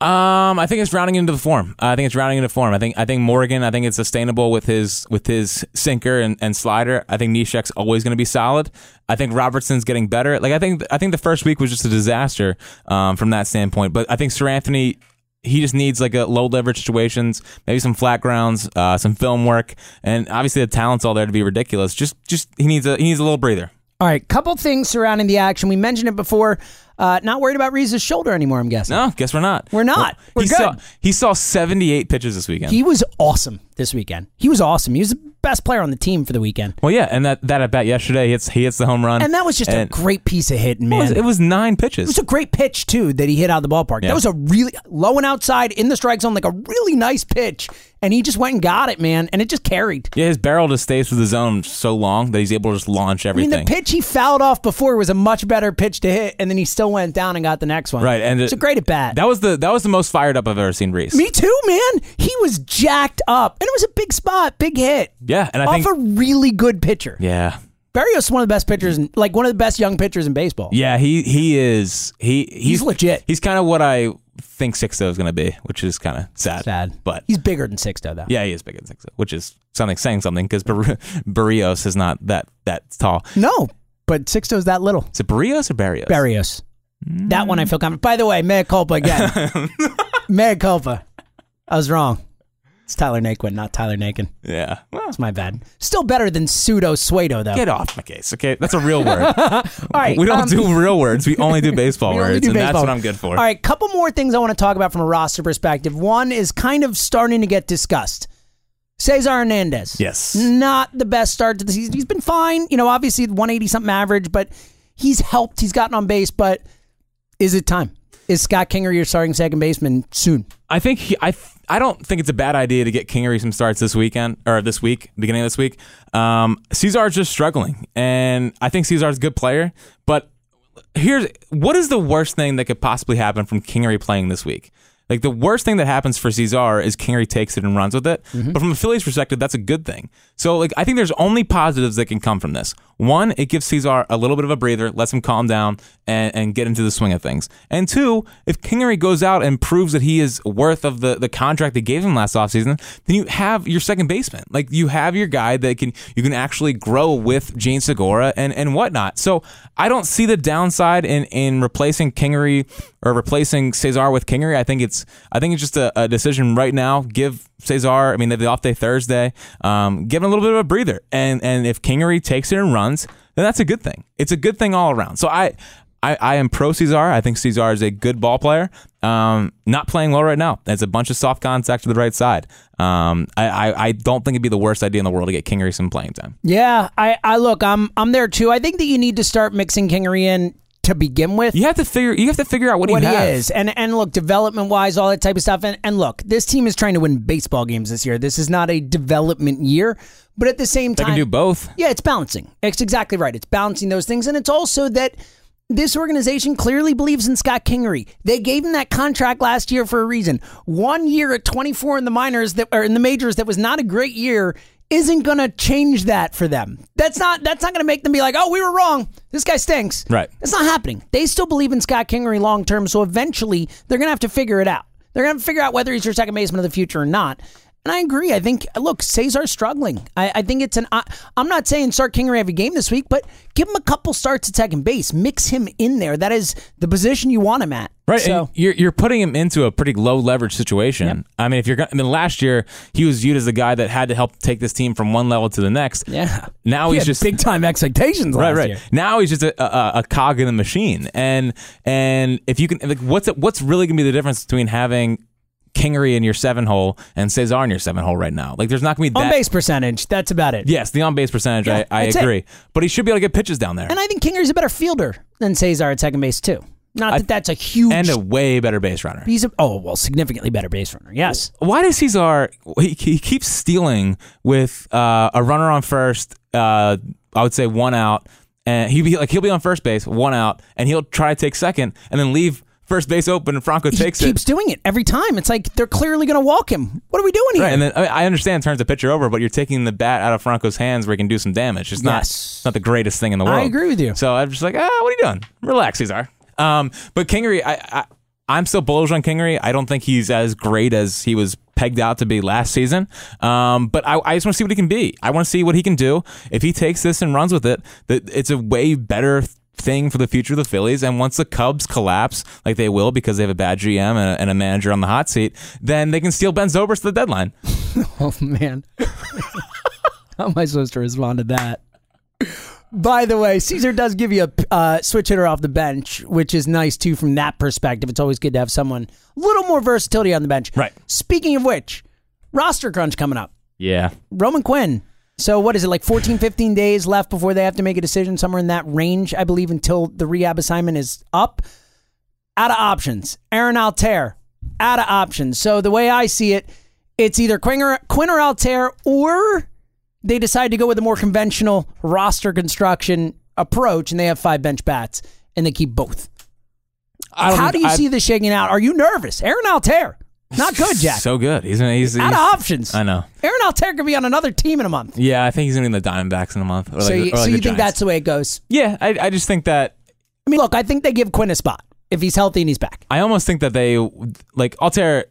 Speaker 4: Um, I think it's rounding into the form. I think it's rounding into form. I think I think Morgan. I think it's sustainable with his with his sinker and, and slider. I think Nishek's always going to be solid. I think Robertson's getting better. Like I think I think the first week was just a disaster um, from that standpoint. But I think Sir Anthony. He just needs like a low leverage situations, maybe some flat grounds, uh, some film work, and obviously the talent's all there to be ridiculous. Just, just he needs a he needs a little breather.
Speaker 3: All right, couple things surrounding the action. We mentioned it before. Uh, not worried about Reese's shoulder anymore, I'm guessing.
Speaker 4: No, guess we're not.
Speaker 3: We're not. We're
Speaker 4: he
Speaker 3: good.
Speaker 4: Saw, he saw 78 pitches this weekend.
Speaker 3: He was awesome this weekend. He was awesome. He was the best player on the team for the weekend.
Speaker 4: well, yeah, and that, that at bat yesterday, he hits, he hits the home run.
Speaker 3: And that was just
Speaker 4: and-
Speaker 3: a great piece of hitting,
Speaker 4: It
Speaker 3: man.
Speaker 4: was, it was nine pitches.
Speaker 3: It was a great pitch too that he hit out of the ballpark. That was a really low and outside in the strike zone, like a really nice pitch, and he just went and got it, man, and it just carried.
Speaker 4: yeah, his barrel just stays with the zone so long that he's able to just launch
Speaker 3: I mean,
Speaker 4: everything.
Speaker 3: the pitch he fouled off before was a much better pitch to hit, and then he still went down and got the next one.
Speaker 4: Right, and
Speaker 3: it's
Speaker 4: it-
Speaker 3: a great at bat.
Speaker 4: that was the that was the most fired up I've ever seen Reese.
Speaker 3: Me too, man. He was jacked up, and it was a big spot, big hit.
Speaker 4: Yeah, and I
Speaker 3: off
Speaker 4: think
Speaker 3: a really good pitcher.
Speaker 4: yeah,
Speaker 3: Barrios is one of the best pitchers, in, like one of the best young pitchers in baseball.
Speaker 4: yeah. He he is he he's,
Speaker 3: legit.
Speaker 4: He's kind of what I think Sixto is going to be, which is kind of sad.
Speaker 3: sad,
Speaker 4: but
Speaker 3: he's bigger than Sixto though.
Speaker 4: yeah, he is bigger than Sixto, which is something saying something because Bar- Barrios is not that that tall.
Speaker 3: No, but Sixto's that little.
Speaker 4: Is it Barrios or Barrios?
Speaker 3: Barrios. That one I feel confident. By the way, mea culpa again. mea culpa. I was wrong. It's Tyler Naquin, not Tyler Naquin.
Speaker 4: Yeah. Well,
Speaker 3: It's my bad. Still better than pseudo suedo though.
Speaker 4: get off my case. Okay, that's a real word.
Speaker 3: All right,
Speaker 4: we don't
Speaker 3: um,
Speaker 4: do real words. We only do baseball
Speaker 3: we only
Speaker 4: words,
Speaker 3: do
Speaker 4: and that's
Speaker 3: baseball.
Speaker 4: what I'm good for.
Speaker 3: All right, couple more things I want to talk about from a roster perspective. One is kind of starting to get discussed. Cesar Hernandez.
Speaker 4: Yes.
Speaker 3: Not the best start to the season. He's been fine, you know, obviously 180 something average, but he's helped. He's gotten on base, but is it time? Is Scott Kinger your starting second baseman soon?
Speaker 4: I think he, I th- I don't think it's a bad idea to get Kingery some starts this weekend or this week, beginning of this week. Um, Cesar's just struggling, and I think Cesar's a good player. But here's what is the worst thing that could possibly happen from Kingery playing this week. Like the worst thing that happens for Cesar is Kingery takes it and runs with it.
Speaker 3: Mm-hmm.
Speaker 4: But from a Phillies perspective, that's a good thing. So like I think there's only positives that can come from this. One, it gives Cesar a little bit of a breather, lets him calm down and, and get into the swing of things. And two, if Kingery goes out and proves that he is worth of the, the contract they gave him last offseason, then you have your second baseman. Like you have your guy that can you can actually grow with Gene Segura and, and whatnot. So I don't see the downside in, in replacing Kingery or replacing Cesar with Kingery. I think it's I think it's just a, a decision right now. Give Cesar, I mean, they have the off day Thursday. Um, give him a little bit of a breather, and and if Kingery takes it and runs, then that's a good thing. It's a good thing all around. So I. I, I am pro Cesar. I think Cesar is a good ball player. Um, not playing well right now. That's a bunch of soft contact to the right side. Um, I, I, I don't think it'd be the worst idea in the world to get Kingery some playing time.
Speaker 3: Yeah, I, I look, I'm I'm there too. I think that you need to start mixing Kingery in to begin with.
Speaker 4: You have to figure. You have to figure out what,
Speaker 3: what
Speaker 4: you
Speaker 3: he
Speaker 4: have.
Speaker 3: is, and and look, development wise, all that type of stuff. And and look, this team is trying to win baseball games this year. This is not a development year, but at the same
Speaker 4: They
Speaker 3: time,
Speaker 4: can do both.
Speaker 3: yeah, it's balancing. It's exactly right. It's balancing those things. And it's also that this organization clearly believes in Scott Kingery. They gave him that contract last year for a reason. One year at 24 in the minors that or in the majors that was not a great year isn't going to change that for them. That's not that's not going to make them be like, "Oh, we were wrong. This guy stinks."
Speaker 4: Right.
Speaker 3: That's not happening. They still believe in Scott Kingery long term, so eventually they're going to have to figure it out. They're going to figure out whether he's your second baseman of the future or not. And I agree. I think look, Cesar's struggling. I, I think it's an. I, I'm not saying start Kingery every game this week, but give him a couple starts at second base. Mix him in there. That is the position you want him at.
Speaker 4: Right,
Speaker 3: So
Speaker 4: and you're you're putting him into a pretty low leverage situation. I mean, if you're, go- I mean, last year he was viewed as the guy that had to help take this team from one level to the next.
Speaker 3: yeah,
Speaker 4: Now
Speaker 3: He
Speaker 4: he's
Speaker 3: had
Speaker 4: just
Speaker 3: big time expectations.
Speaker 4: right,
Speaker 3: last
Speaker 4: right.
Speaker 3: year.
Speaker 4: Now he's just a, a, a cog in the machine, and and if you can, like, what's what's really gonna be the difference between having Kingery in your seven hole and Cesar in your seven hole right now? Like, there's not gonna be that.
Speaker 3: On base percentage. That's about it.
Speaker 4: Yes, the on base percentage.
Speaker 3: Yeah,
Speaker 4: I, I
Speaker 3: that's it.
Speaker 4: agree, but he should be able to get pitches down there
Speaker 3: And I think Kingery's a better fielder than Cesar at second base too. Not that that's a huge.
Speaker 4: and a way better base runner.
Speaker 3: he's a, oh well, significantly better base runner. Yes.
Speaker 4: why does Cesar he, he keeps stealing with uh, a runner on first? Uh, I would say one out, and he be like he'll be on first base, one out, and he'll try to take second, and then leave first base open, and Franco
Speaker 3: he
Speaker 4: takes
Speaker 3: keeps
Speaker 4: it.
Speaker 3: doing it every time. It's like they're clearly going to walk him. What are we doing here?
Speaker 4: Right, and then I, mean, I understand turns the pitcher over, but you're taking the bat out of Franco's hands where he can do some damage. It's not
Speaker 3: Yes.
Speaker 4: it's not the greatest thing in the
Speaker 3: I
Speaker 4: world.
Speaker 3: agree with you.
Speaker 4: So I'm just like, ah, what are you doing? Relax, Cesar. Um, but Kingery, I, I I'm still bullish on Kingery. I don't think he's as great as he was pegged out to be last season. Um, but I, I just want to see what he can be. I want to see what he can do if he takes this and runs with it. That it's a way better thing for the future of the Phillies. And once the Cubs collapse, like they will, because they have a bad GM and a, and a manager on the hot seat, then they can steal Ben Zobrist to the deadline.
Speaker 3: oh man, how am I supposed to respond to that? By the way, Caesar does give you a uh, switch hitter off the bench, which is nice too from that perspective. It's always good to have someone a little more versatility on the bench.
Speaker 4: Right.
Speaker 3: Speaking of which, roster crunch coming up.
Speaker 4: Yeah.
Speaker 3: Roman Quinn. So what is it like 14 15 days left before they have to make a decision somewhere in that range I believe until the rehab assignment is up. Out of options. Aaron Altair out of options. So the way I see it, it's either Quinn or, Quinn or Altair or they decide to go with a more conventional roster construction approach and they have five bench bats and they keep both.
Speaker 4: I don't
Speaker 3: How
Speaker 4: think-
Speaker 3: do you
Speaker 4: I-
Speaker 3: see this shaking out? Are you nervous? Aaron Altair. Not good, Jack.
Speaker 4: So good. He's an he's,
Speaker 3: out
Speaker 4: he's-
Speaker 3: of options.
Speaker 4: I know.
Speaker 3: Aaron Altair could be on another team in a month.
Speaker 4: Yeah, I think he's gonna be in the Diamondbacks in a month. Or
Speaker 3: So
Speaker 4: like,
Speaker 3: you,
Speaker 4: or like
Speaker 3: so
Speaker 4: the
Speaker 3: you think
Speaker 4: Giants.
Speaker 3: that's the way it goes?
Speaker 4: Yeah, I, I just think that
Speaker 3: I mean, look, I think they give Quinn a spot if he's healthy and he's back.
Speaker 4: I almost think that they like Altair.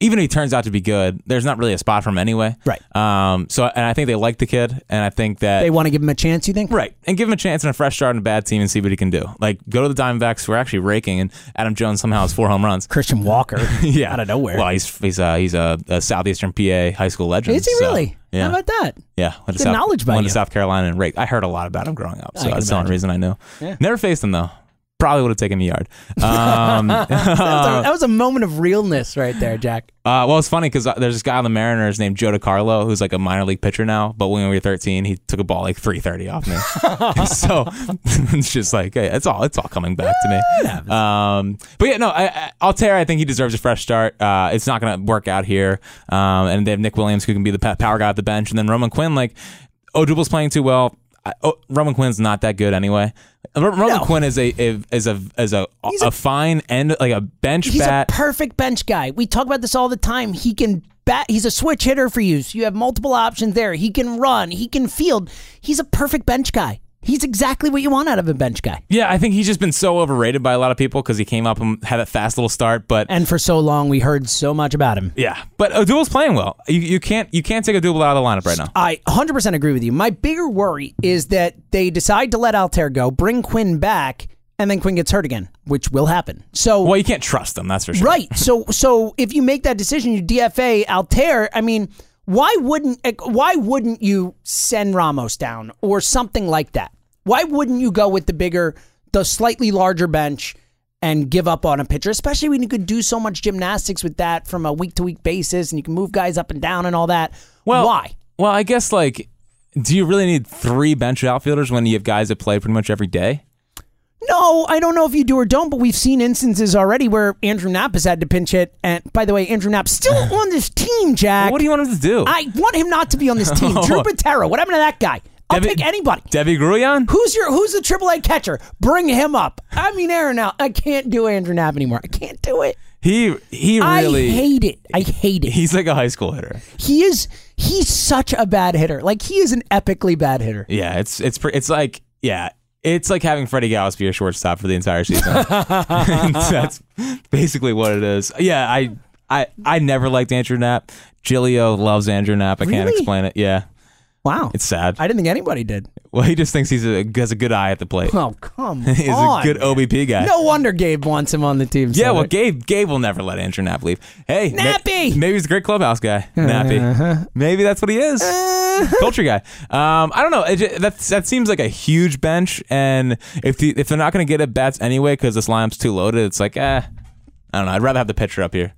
Speaker 4: Even if he turns out to be good, there's not really a spot for him anyway.
Speaker 3: Right.
Speaker 4: Um. So and I think they like the kid, and I think that
Speaker 3: They want to give him a chance. You think?
Speaker 4: Right. And give him a chance and a fresh start on a bad team and see what he can do. Like, go to the Diamondbacks. We're actually raking, and Adam Jones somehow has four home runs.
Speaker 3: Christian Walker.
Speaker 4: yeah.
Speaker 3: Out of nowhere.
Speaker 4: Well, he's he's, uh, he's a, a Southeastern PA high school legend.
Speaker 3: Is he
Speaker 4: so,
Speaker 3: really?
Speaker 4: Yeah.
Speaker 3: How about that?
Speaker 4: yeah. Went
Speaker 3: Good knowledge by
Speaker 4: Went
Speaker 3: you.
Speaker 4: to South Carolina and raked. I heard a lot about him growing up, so
Speaker 3: can
Speaker 4: that's the only
Speaker 3: imagine.
Speaker 4: reason I knew. Never faced him, though. Probably would have taken me yard. Um,
Speaker 3: That was, a, that was a moment of realness right there, Jack.
Speaker 4: Uh, well, it's funny because there's this guy on the Mariners named Joe DiCarlo who's like a minor league pitcher now. But when we were 13, he took a ball like 3:30 off me. so it's just like hey, it's all it's all coming back to me. Um, but yeah, no, I, I, Altair, I think he deserves a fresh start. Uh, it's not going to work out here. Um, and they have Nick Williams who can be the pa- power guy at the bench, and then Roman Quinn. Like Odubel's playing too well. I, oh, Roman Quinn's not that good anyway. Ro- Roman
Speaker 3: No.
Speaker 4: Quinn is a, a is a is a, a, fine end like a bench
Speaker 3: He's
Speaker 4: bat.
Speaker 3: a perfect bench guy. We talk about this all the time. He can bat. He's a switch hitter for you. So you have multiple options there. He can run. He can field. He's a perfect bench guy. He's exactly what you want out of a bench guy.
Speaker 4: Yeah, I think he's just been so overrated by a lot of people because he came up and had that fast little start. But
Speaker 3: And for so long, we heard so much about him.
Speaker 4: yeah, but Odubel's playing well. You, you can't you can't take Odubel out of the lineup right now.
Speaker 3: I 100% agree with you. My bigger worry is that they decide to let Altair go, bring Quinn back, and then Quinn gets hurt again, which will happen. So
Speaker 4: Well, you can't trust him. That's for sure.
Speaker 3: right. So so if you make that decision, you DFA Altair. I mean, why wouldn't eh, why wouldn't you send Ramos down or something like that? Why wouldn't you go with the bigger, the slightly larger bench? And give up on a pitcher, especially when you could do so much gymnastics with that from a week to week basis, and you can move guys up and down and all that.
Speaker 4: Well,
Speaker 3: why?
Speaker 4: Well, I guess like, do you really need three bench outfielders when you have guys that play pretty much every day?
Speaker 3: No, I don't know if you do or don't, but we've seen instances already where Andrew Knapp has had to pinch hit. And by the way, Andrew Knapp's still on this team, Jack.
Speaker 4: What do you want him to do?
Speaker 3: I want him not to be on this team. Drew Patera, what happened to that guy? I'll
Speaker 4: Devi-
Speaker 3: pick anybody.
Speaker 4: Debbie Gruyan?
Speaker 3: Who's your Who's the AAA catcher? Bring him up. I mean, Aaron, now I can't do Andrew Knapp anymore. I can't do it.
Speaker 4: He he really
Speaker 3: I hate it. I hate it.
Speaker 4: he's like a high school hitter.
Speaker 3: He is he's such a bad hitter. Like he is an epically bad hitter.
Speaker 4: Yeah, it's it's pre- it's like yeah, it's like having Freddie Gallis be your shortstop for the entire season. That's basically what it is. Yeah, I I I never liked Andrew Knapp. Gilio loves Andrew Knapp. I can't
Speaker 3: Really?
Speaker 4: explain it. Yeah,
Speaker 3: Wow,
Speaker 4: it's sad.
Speaker 3: I didn't think anybody did.
Speaker 4: well, he just thinks he's a has a good eye at the plate.
Speaker 3: Oh come
Speaker 4: he's
Speaker 3: on.
Speaker 4: a good OBP guy.
Speaker 3: No wonder Gabe wants him on the team.
Speaker 4: Yeah, well,
Speaker 3: Gabe.
Speaker 4: Gabe Gabe will never let Andrew Knapp leave. Hey, ma-
Speaker 3: Nappy!
Speaker 4: maybe he's a great clubhouse guy.
Speaker 3: Uh-huh.
Speaker 4: Nappy. Maybe that's what he is.
Speaker 3: Uh, Eh,
Speaker 4: Culture guy. Um, I don't know. It ju- that that seems like a huge bench, and if the, if they're not going to get at bats anyway because this lineup's too loaded, it's like, eh, I don't know. I'd rather have the pitcher up here.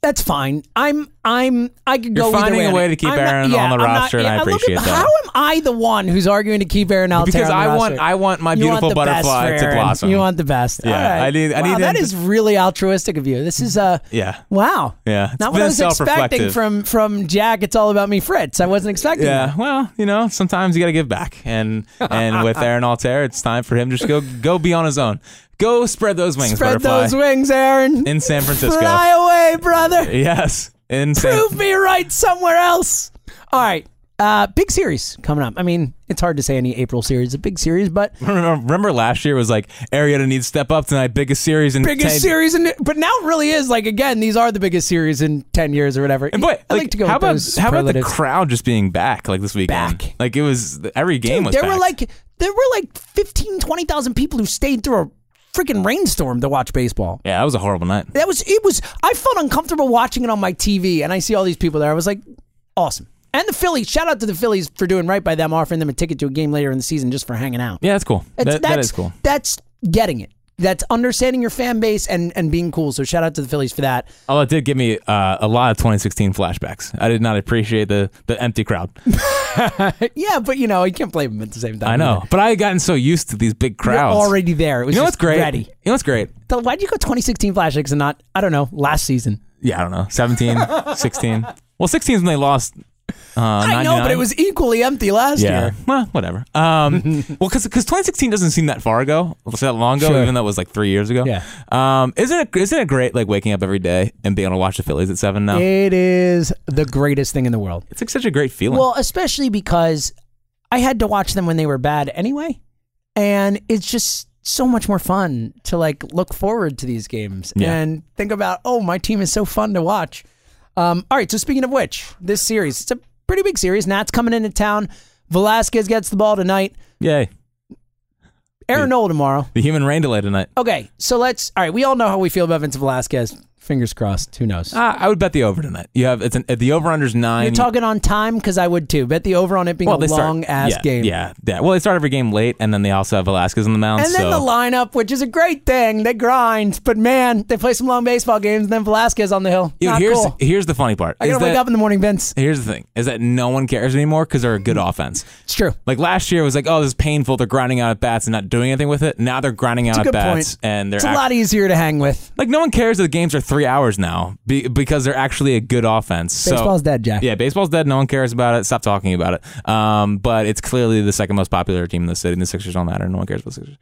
Speaker 3: That's fine. I'm I'm I could
Speaker 4: You're
Speaker 3: go either
Speaker 4: finding
Speaker 3: way
Speaker 4: a
Speaker 3: on
Speaker 4: way
Speaker 3: it.
Speaker 4: to keep
Speaker 3: I'm not-
Speaker 4: Aaron
Speaker 3: yeah,
Speaker 4: on the
Speaker 3: I'm not-
Speaker 4: roster, and
Speaker 3: yeah,
Speaker 4: I
Speaker 3: look at-
Speaker 4: appreciate that.
Speaker 3: How am I the one who's arguing to keep Aaron Altair
Speaker 4: Because
Speaker 3: on the
Speaker 4: I want
Speaker 3: roster?
Speaker 4: I want my
Speaker 3: You want
Speaker 4: beautiful
Speaker 3: the best for
Speaker 4: butterfly to
Speaker 3: Aaron.
Speaker 4: blossom.
Speaker 3: You want the best.
Speaker 4: Yeah,
Speaker 3: All right.
Speaker 4: I need- I
Speaker 3: wow,
Speaker 4: need
Speaker 3: that
Speaker 4: him
Speaker 3: is really altruistic of you. This is uh
Speaker 4: yeah.
Speaker 3: wow.
Speaker 4: Yeah, it's
Speaker 3: Not what
Speaker 4: been
Speaker 3: I was expecting
Speaker 4: self-reflective.
Speaker 3: from from Jack. It's all about me, Fritz. I wasn't expecting.
Speaker 4: Yeah,
Speaker 3: that.
Speaker 4: well, you know, sometimes you got to give back, and and with Aaron Altair, it's time for him just go go be on his own. Go spread those wings,
Speaker 3: Spread
Speaker 4: butterfly.
Speaker 3: those wings, Aaron.
Speaker 4: in San Francisco.
Speaker 3: Fly away, brother.
Speaker 4: Yes, in San.
Speaker 3: prove me right somewhere else. All right. Uh, big series coming up. I mean, it's hard to say any April series is a big series, but
Speaker 4: Remember, remember last year was like Arietta needs to step up tonight. Biggest series in
Speaker 3: biggest
Speaker 4: 10
Speaker 3: series, in, but now it really is like again. These are the biggest series in ten years or whatever.
Speaker 4: And boy,
Speaker 3: I like to go.
Speaker 4: how
Speaker 3: with
Speaker 4: about
Speaker 3: those
Speaker 4: how about the
Speaker 3: superlatives.
Speaker 4: crowd just being back like this weekend?
Speaker 3: Back.
Speaker 4: Like it was every game
Speaker 3: Dude,
Speaker 4: was.
Speaker 3: There
Speaker 4: back.
Speaker 3: were like there were like 15, 20,000 people who stayed through a freaking rainstorm to watch baseball.
Speaker 4: yeah, that was a horrible night.
Speaker 3: That was it. Was I felt uncomfortable watching it on my TV, and I see all these people there. I was like, awesome. And the Phillies. Shout out to the Phillies for doing right by them, offering them a ticket to a game later in the season just for hanging out.
Speaker 4: Yeah, that's cool.
Speaker 3: It's-
Speaker 4: That- that is cool.
Speaker 3: That's getting it. That's understanding your fan base and, and being cool. So shout out to the Phillies for that.
Speaker 4: Although it did give me uh, a lot of 2016 flashbacks. I did not appreciate the, the empty crowd.
Speaker 3: Yeah, but you know, you can't blame them at the same time.
Speaker 4: I know, but I had gotten so used to these big
Speaker 3: You're
Speaker 4: crowds.
Speaker 3: already there. It was
Speaker 4: you know what's
Speaker 3: just
Speaker 4: great?
Speaker 3: ready.
Speaker 4: You know what's great?
Speaker 3: So why'd you go 2016 flashbacks and not, I don't know, last season?
Speaker 4: Yeah, I don't know. 17, 16. Well, 16 is when they lost. Uh,
Speaker 3: I know, but it was equally empty last
Speaker 4: Yeah.
Speaker 3: year.
Speaker 4: Well, whatever. Um, well, because 2016 doesn't seem that far ago, was that long ago,
Speaker 3: Sure.
Speaker 4: even though it was like three years ago.
Speaker 3: Yeah.
Speaker 4: Um, isn't it isn't it great like waking up every day and being able to watch the Phillies at seven now?
Speaker 3: It is the greatest thing in the world.
Speaker 4: It's like such a great feeling.
Speaker 3: Well, especially because I had to watch them when they were bad anyway, and it's just so much more fun to like look forward to these games
Speaker 4: Yeah.
Speaker 3: and think about, oh, my team is so fun to watch. Um, all right, so speaking of which, this series, it's a pretty big series. Nats coming into town. Velasquez gets the ball tonight.
Speaker 4: Yay!
Speaker 3: Aaron Nola tomorrow.
Speaker 4: The human rain delay tonight.
Speaker 3: Okay, so let's. All right, we all know how we feel about Vince Velasquez. Fingers crossed. Who knows?
Speaker 4: Uh, I would bet the over tonight. You have it's an, the over unders nine.
Speaker 3: You're talking on time because I would too. Bet the over on it being
Speaker 4: well,
Speaker 3: a
Speaker 4: they start-
Speaker 3: long ass
Speaker 4: yeah,
Speaker 3: game.
Speaker 4: Yeah, yeah. Well, they start every game late, and then they also have Velasquez on the mound.
Speaker 3: And
Speaker 4: so
Speaker 3: then the lineup, which is a great thing. They grind, but man, they play some long baseball games, and then Velasquez on the hill.
Speaker 4: Dude,
Speaker 3: Not
Speaker 4: here's
Speaker 3: cool.
Speaker 4: here's the funny part.
Speaker 3: I
Speaker 4: is
Speaker 3: gotta wake
Speaker 4: that-
Speaker 3: up in the morning, Vince.
Speaker 4: Here's the thing: is that no one cares anymore because they're a good offense.
Speaker 3: It's true.
Speaker 4: Like last year, it was like, oh, this is painful. They're grinding out at bats and not doing anything with it. Now they're grinding
Speaker 3: It's a
Speaker 4: out
Speaker 3: good
Speaker 4: at bats
Speaker 3: point.
Speaker 4: and they're
Speaker 3: It's a
Speaker 4: act-
Speaker 3: lot easier to hang with.
Speaker 4: like no one cares that the games are three hours now be- because they're actually a good offense.
Speaker 3: Baseball's
Speaker 4: so,
Speaker 3: dead, Jack.
Speaker 4: Yeah, baseball's dead. No one cares about it. Stop talking about it. Um, but it's clearly the second most popular team in the city. And the Sixers don't matter. No one cares about the Sixers.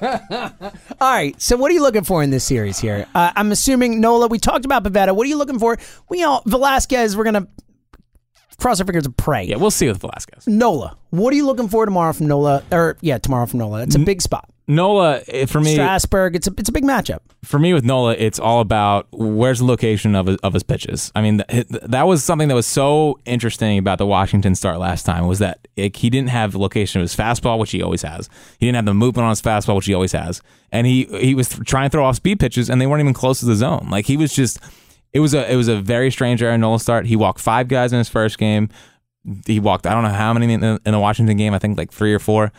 Speaker 3: All right. So, what are you looking for in this series here? Uh, I'm assuming Nola. We talked about Pavetta. What are you looking for? We all Velasquez. We're gonna cross our fingers and pray.
Speaker 4: Yeah, we'll see with Velasquez.
Speaker 3: Nola. What are you looking for tomorrow from Nola? Or yeah, tomorrow from Nola. It's a big spot.
Speaker 4: Nola, eh, for me,
Speaker 3: Strasburg. It's a it's a big matchup.
Speaker 4: for me with Nola, it's all about where's the location of his, of his pitches. I mean, th- that was something that was so interesting about the Washington start last time was that like, he didn't have the location of his fastball, which he always has. He didn't have the movement on his fastball, which he always has. And he he was trying to throw off speed pitches, and they weren't even close to the zone. Like he was just, it was a it was a very strange Aaron Nola start. He walked five guys in his first game he walked I don't know how many in the, in the Washington game I think like three or four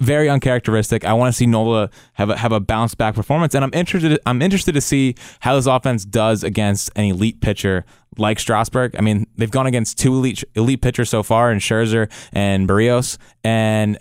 Speaker 4: very uncharacteristic I want to see Nola have a, have a bounce back performance and I'm interested I'm interested to see how this offense does against an elite pitcher like Strasburg I mean they've gone against two elite elite pitchers so far in Scherzer and Barrios and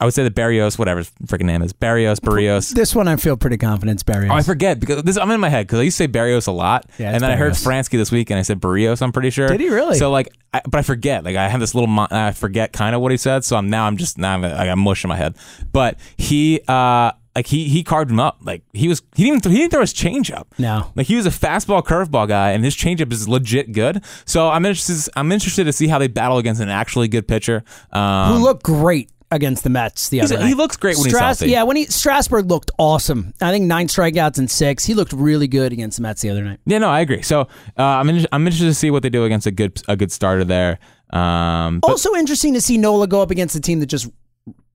Speaker 4: I would say that Barrios whatever his freaking name is Barrios Barrios
Speaker 3: This one I feel pretty confident. it's Barrios.
Speaker 4: Oh, I forget because this I'm in my head because I used to say Barrios a lot,
Speaker 3: Yeah, it's
Speaker 4: and then I heard
Speaker 3: Barrios.
Speaker 4: Fransky this week, and I said Barrios. I'm pretty sure.
Speaker 3: Did he really?
Speaker 4: So like, I, but I forget. Like I have this little, mon- I forget kind of what he said. So I'm now I'm just now I'm, I got mush in my head. But he, uh, like he he carved him up. Like he was he didn't even, he didn't throw his changeup.
Speaker 3: No.
Speaker 4: Like he was a fastball curveball guy, and his changeup is legit good. So I'm interested. I'm interested to see how they battle against an actually good pitcher. Um,
Speaker 3: who looked great against the Mets the other
Speaker 4: a-
Speaker 3: night.
Speaker 4: he looks great when he's healthy.
Speaker 3: Yeah, when he Strasburg looked awesome. I think nine strikeouts and six. He looked really good against the Mets the other night.
Speaker 4: Yeah, no, I agree. So uh, I'm in, I'm interested to see what they do against a good a good starter there. Um, but
Speaker 3: also interesting to see Nola go up against a team that just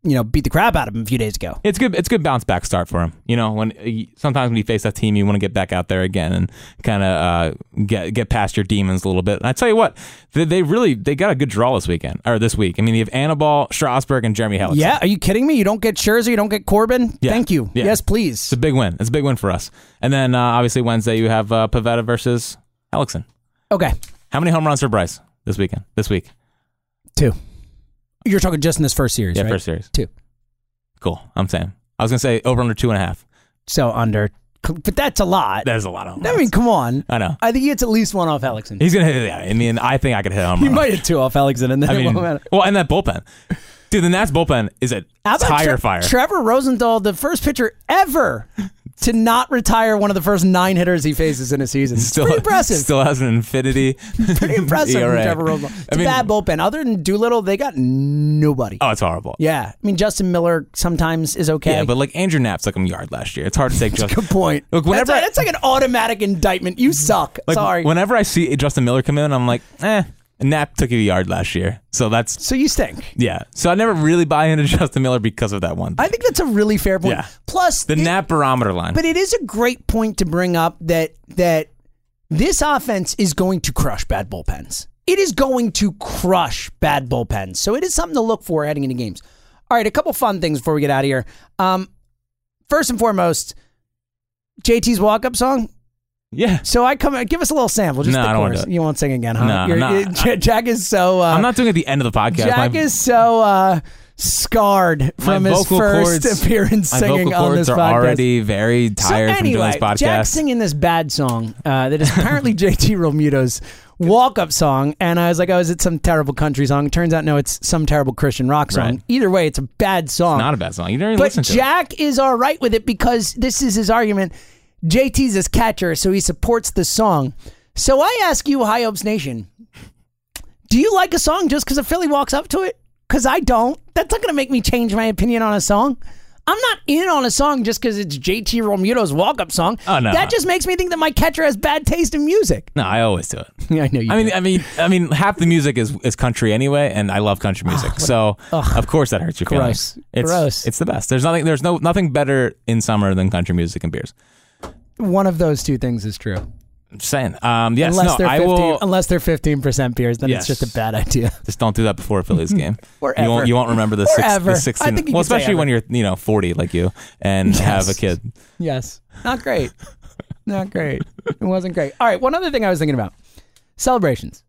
Speaker 3: you know beat the crap out of him a few days ago.
Speaker 4: it's good it's good bounce back start for him. You know, when uh, sometimes when you face that team, you want to get back out there again and kind of uh, get get past your demons a little bit. And I tell you what, they, they really they got a good draw this weekend or this week. I mean, you have Annaball, Strasburg, and Jeremy Hellick.
Speaker 3: Yeah, are you kidding me? You don't get Scherzer, you don't get Corbin.
Speaker 4: Yeah.
Speaker 3: Thank you.
Speaker 4: Yeah.
Speaker 3: Yes, please.
Speaker 4: it's a big win. It's a big win for us. And then uh, obviously Wednesday you have uh, Pavetta versus Hellickson.
Speaker 3: Okay,
Speaker 4: How many home runs for Bryce this weekend? This week,
Speaker 3: two. You're talking just in this first series,
Speaker 4: yeah,
Speaker 3: right?
Speaker 4: first series.
Speaker 3: Two.
Speaker 4: Cool. I'm saying. I was gonna say over under two and a half.
Speaker 3: So under, but that's a lot.
Speaker 4: That is a lot of. Home
Speaker 3: I
Speaker 4: runs.
Speaker 3: mean, come on.
Speaker 4: I know.
Speaker 3: I think he hits at least one off Alexan.
Speaker 4: He's gonna hit it. I mean, I think I could hit a home
Speaker 3: He
Speaker 4: run.
Speaker 3: might hit two off Alexan, and then
Speaker 4: I
Speaker 3: it
Speaker 4: mean,
Speaker 3: won't matter.
Speaker 4: well, and that bullpen, dude. The Nats bullpen is a
Speaker 3: How about
Speaker 4: tire
Speaker 3: Tre-
Speaker 4: fire.
Speaker 3: Trevor Rosenthal, the first pitcher ever to not retire one of the first nine hitters he faces in a season. It's pretty impressive.
Speaker 4: Still has an infinity.
Speaker 3: pretty impressive from
Speaker 4: ERA.
Speaker 3: Trevor Rosenthal. It's
Speaker 4: I mean-
Speaker 3: a bad bullpen. Other than Doolittle, they got nobody.
Speaker 4: Oh, it's horrible.
Speaker 3: Yeah. I mean, Justin Miller sometimes is okay.
Speaker 4: Yeah, but like Andrew Knapp took him yard last year. It's hard to take. Just,
Speaker 3: Good point.
Speaker 4: Look, whenever
Speaker 3: that's,
Speaker 4: I-
Speaker 3: that's like an automatic indictment. You suck.
Speaker 4: like,
Speaker 3: Sorry.
Speaker 4: Whenever I see Justin Miller come in, I'm like, eh, Knapp took you a yard last year, so that's
Speaker 3: so you stink.
Speaker 4: yeah. So I never really buy into Justin Miller because of that one.
Speaker 3: I think that's a really fair point.
Speaker 4: Yeah.
Speaker 3: Plus,
Speaker 4: the
Speaker 3: it-
Speaker 4: Knapp barometer line.
Speaker 3: But it is a great point to bring up that that This offense is going to crush bad bullpens. It is going to crush bad bullpens. So it is something to look for heading into games. All right, a couple fun things before we get out of here. Um, first and foremost, JT's walk up song.
Speaker 4: Yeah.
Speaker 3: So I come give us a little sample. Just
Speaker 4: No,
Speaker 3: the
Speaker 4: I don't wanna
Speaker 3: chorus.
Speaker 4: do it.
Speaker 3: You won't sing again, huh?
Speaker 4: No,
Speaker 3: You're-
Speaker 4: no,
Speaker 3: it- Ja- Jack is so. Uh,
Speaker 4: I'm not doing it at the end of the podcast.
Speaker 3: Jack
Speaker 4: My-
Speaker 3: is so uh, scarred
Speaker 4: my
Speaker 3: from his
Speaker 4: vocal
Speaker 3: first
Speaker 4: cords-
Speaker 3: appearance
Speaker 4: my
Speaker 3: singing
Speaker 4: vocal
Speaker 3: on
Speaker 4: cords
Speaker 3: this
Speaker 4: are
Speaker 3: podcast.
Speaker 4: already very tired
Speaker 3: so anyway,
Speaker 4: from doing this podcast.
Speaker 3: Jack singing this bad song uh, that is apparently JT Romuto's walk-up song, and I was like, "Oh, is it some terrible country song?" Turns out, no, it's some terrible Christian rock song.
Speaker 4: Right.
Speaker 3: Either way, it's a bad song.
Speaker 4: Not a bad song. You didn't
Speaker 3: Um, But
Speaker 4: even listen to it.
Speaker 3: Jack is all right with it because this is his argument. JT's his catcher, so he supports the song. So I ask you, High Hopes Nation, do you like a song just because a Philly walks up to it? Because I don't. That's not going to make me change my opinion on a song. I'm not in on a song just because it's JT Romuto's walk up song.
Speaker 4: Oh, no.
Speaker 3: That just makes me think that my catcher has bad taste in music.
Speaker 4: No, I always do it.
Speaker 3: Yeah, I know you
Speaker 4: I mean,
Speaker 3: do.
Speaker 4: I mean, I mean, half the music is, is country anyway, and I love country music. so of course that hurts your
Speaker 3: Ah, Gross.
Speaker 4: feelings. It's,
Speaker 3: Gross.
Speaker 4: It's the best. There's nothing. There's no nothing better in summer than country music and beers.
Speaker 3: One of those two things is true.
Speaker 4: I'm just saying. Um, yes.
Speaker 3: unless
Speaker 4: no.
Speaker 3: they're
Speaker 4: I
Speaker 3: 15,
Speaker 4: will.
Speaker 3: unless they're 15% beers, then
Speaker 4: Yes.
Speaker 3: it's just a bad idea.
Speaker 4: Just don't do that before a Phillies game.
Speaker 3: Or
Speaker 4: You
Speaker 3: ever.
Speaker 4: won't. You won't remember the
Speaker 3: Or
Speaker 4: six.
Speaker 3: ever. I
Speaker 4: The 16
Speaker 3: think you
Speaker 4: well,
Speaker 3: could say
Speaker 4: especially when you're you know 40 like you and have a
Speaker 3: Yes.
Speaker 4: kid.
Speaker 3: Yes. Not great. Not great. It wasn't great. All right. One other thing I was thinking about celebrations.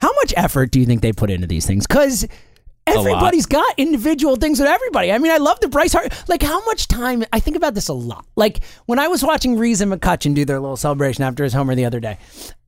Speaker 3: How much effort do you think they put into these things? Because
Speaker 4: lot.
Speaker 3: everybody's got individual things with everybody. I mean, I love the Bryce Hart. Like, how much time? I think about this a lot. Like, when I was watching Reese and McCutcheon do their little celebration after his homer the other day,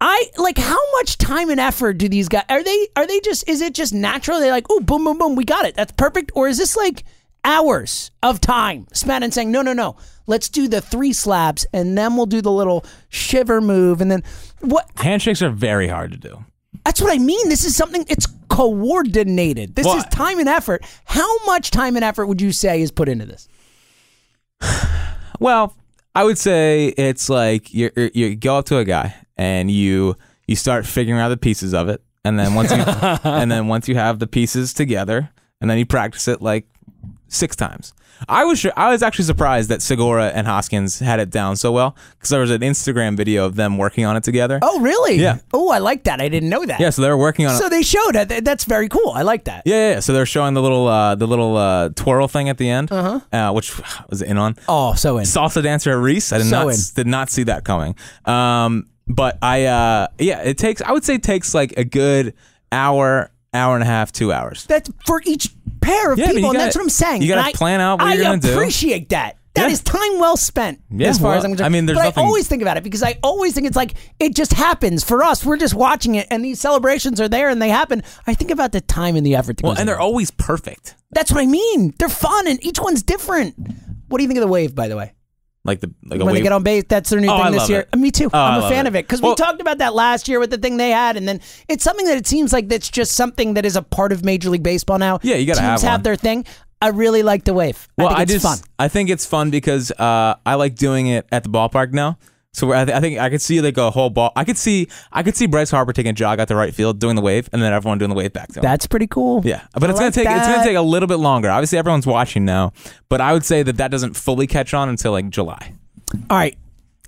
Speaker 3: I like how much time and effort do these guys? Are they? Are they just? Is it just natural? They're like, oh, boom, boom, boom, we got it. That's perfect. Or is this like hours of time spent and saying, no, no, no, let's do the three slabs and then we'll do the little shiver move and then what?
Speaker 4: Handshakes are very hard to do.
Speaker 3: That's what I mean. This is something it's coordinated. This
Speaker 4: Well,
Speaker 3: is time and effort. How much time and effort would you say is put into this?
Speaker 4: Well, I would say it's like you you- you go up to a guy and you you start figuring out the pieces of it, and then once you and then once you have the pieces together, and then you practice it like six times. I was sure, I was actually surprised that Segura and Hoskins had it down so well because there was an Instagram video of them working on it together.
Speaker 3: Oh, really?
Speaker 4: Yeah.
Speaker 3: Oh, I like that. I didn't know that.
Speaker 4: yeah, so they were working on it.
Speaker 3: So they showed it. That's very cool. I like that.
Speaker 4: Yeah, yeah, yeah. So they're showing the little uh, the little uh, twirl thing at the end, uh-huh. uh, which was in on.
Speaker 3: Oh, so in.
Speaker 4: salsa dancer at Reese. I did
Speaker 3: So
Speaker 4: not
Speaker 3: in.
Speaker 4: did not see that coming. Um, but I uh, yeah, it takes I would say it takes like a good hour, hour and a half, two hours.
Speaker 3: That's for each pair of
Speaker 4: Yeah, I mean,
Speaker 3: people,
Speaker 4: you
Speaker 3: and
Speaker 4: gotta-
Speaker 3: that's what I'm saying.
Speaker 4: you gotta
Speaker 3: And I-
Speaker 4: plan out what
Speaker 3: I
Speaker 4: you're gonna do.
Speaker 3: appreciate that. That
Speaker 4: Yeah.
Speaker 3: is time well spent.
Speaker 4: Yeah,
Speaker 3: as far
Speaker 4: well,
Speaker 3: as I'm concerned.
Speaker 4: I mean, there's
Speaker 3: but
Speaker 4: nothing-
Speaker 3: I always think about it because I always think it's like it just happens for us. We're just watching it, and these celebrations are there and they happen. I think about the time and the effort. That
Speaker 4: Well,
Speaker 3: goes
Speaker 4: and
Speaker 3: into
Speaker 4: they're always perfect.
Speaker 3: it. that's what I mean. They're fun, and each one's different. What do you think of the wave, by the way?
Speaker 4: Like the like a
Speaker 3: when
Speaker 4: wave.
Speaker 3: they get on base, that's their new
Speaker 4: Oh,
Speaker 3: thing
Speaker 4: I
Speaker 3: this
Speaker 4: love
Speaker 3: year.
Speaker 4: it.
Speaker 3: Me too.
Speaker 4: Oh, I
Speaker 3: I'm a
Speaker 4: love
Speaker 3: fan
Speaker 4: it.
Speaker 3: of it because we
Speaker 4: Well-
Speaker 3: talked about that last year with the thing they had, and then it's something that it seems like that's just something that is a part of Major League Baseball now.
Speaker 4: Yeah, you gotta
Speaker 3: teams
Speaker 4: have
Speaker 3: have
Speaker 4: one.
Speaker 3: their thing. I really like the wave. I think it's
Speaker 4: just
Speaker 3: fun.
Speaker 4: I think it's fun because uh, I like doing it at the ballpark now. So where I, th- I think I could see like a whole ball. I could see I could see Bryce Harper taking a jog out the right field, doing the wave, and then everyone doing the wave back to him.
Speaker 3: That's pretty cool.
Speaker 4: Yeah, but
Speaker 3: I
Speaker 4: it's gonna
Speaker 3: like
Speaker 4: take it's gonna
Speaker 3: that.
Speaker 4: take a little bit longer. Obviously, everyone's watching now, but I would say that that doesn't fully catch on until like July.
Speaker 3: All right.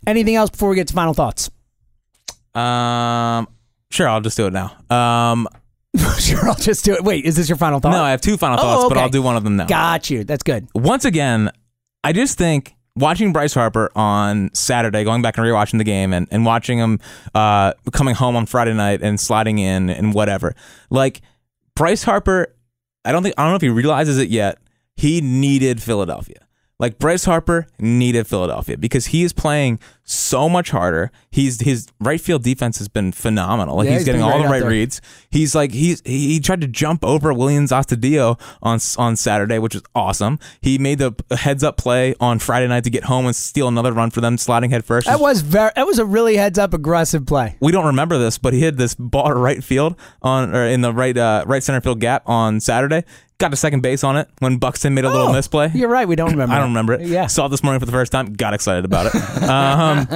Speaker 3: Anything else before we get to final thoughts?
Speaker 4: Um, sure, I'll just do it now. Um,
Speaker 3: sure, I'll just do it. Wait, is this your final thought?
Speaker 4: no, I have two final
Speaker 3: Oh,
Speaker 4: thoughts, but
Speaker 3: okay.
Speaker 4: I'll do one of them now.
Speaker 3: got you. That's good.
Speaker 4: Once again, I just think watching Bryce Harper on Saturday, going back and rewatching the game, and and watching him uh coming home on Friday night and sliding in and whatever, like Bryce Harper. I don't think I don't know if he realizes it yet. He needed Philadelphia. Like Bryce Harper needed Philadelphia because he is playing so much harder. He's his right field defense has been phenomenal. Like
Speaker 3: Yeah,
Speaker 4: he's,
Speaker 3: he's
Speaker 4: getting
Speaker 3: been
Speaker 4: all
Speaker 3: great
Speaker 4: the
Speaker 3: out
Speaker 4: right
Speaker 3: there.
Speaker 4: reads. He's like he's he he tried to jump over Williams Ostadio on s- on Saturday, which is awesome. He made the heads up play on Friday night to get home and steal another run for them, sliding head first.
Speaker 3: That was very. That was a really heads up aggressive play.
Speaker 4: we don't remember this, but he hit this ball to right field on or in the right uh, right center field gap on Saturday. Got to second base on it when Buxton made a little
Speaker 3: Oh,
Speaker 4: misplay.
Speaker 3: You're right. We don't remember.
Speaker 4: I don't remember it.
Speaker 3: Yeah.
Speaker 4: Saw it this morning for the first time. Got excited about it. um,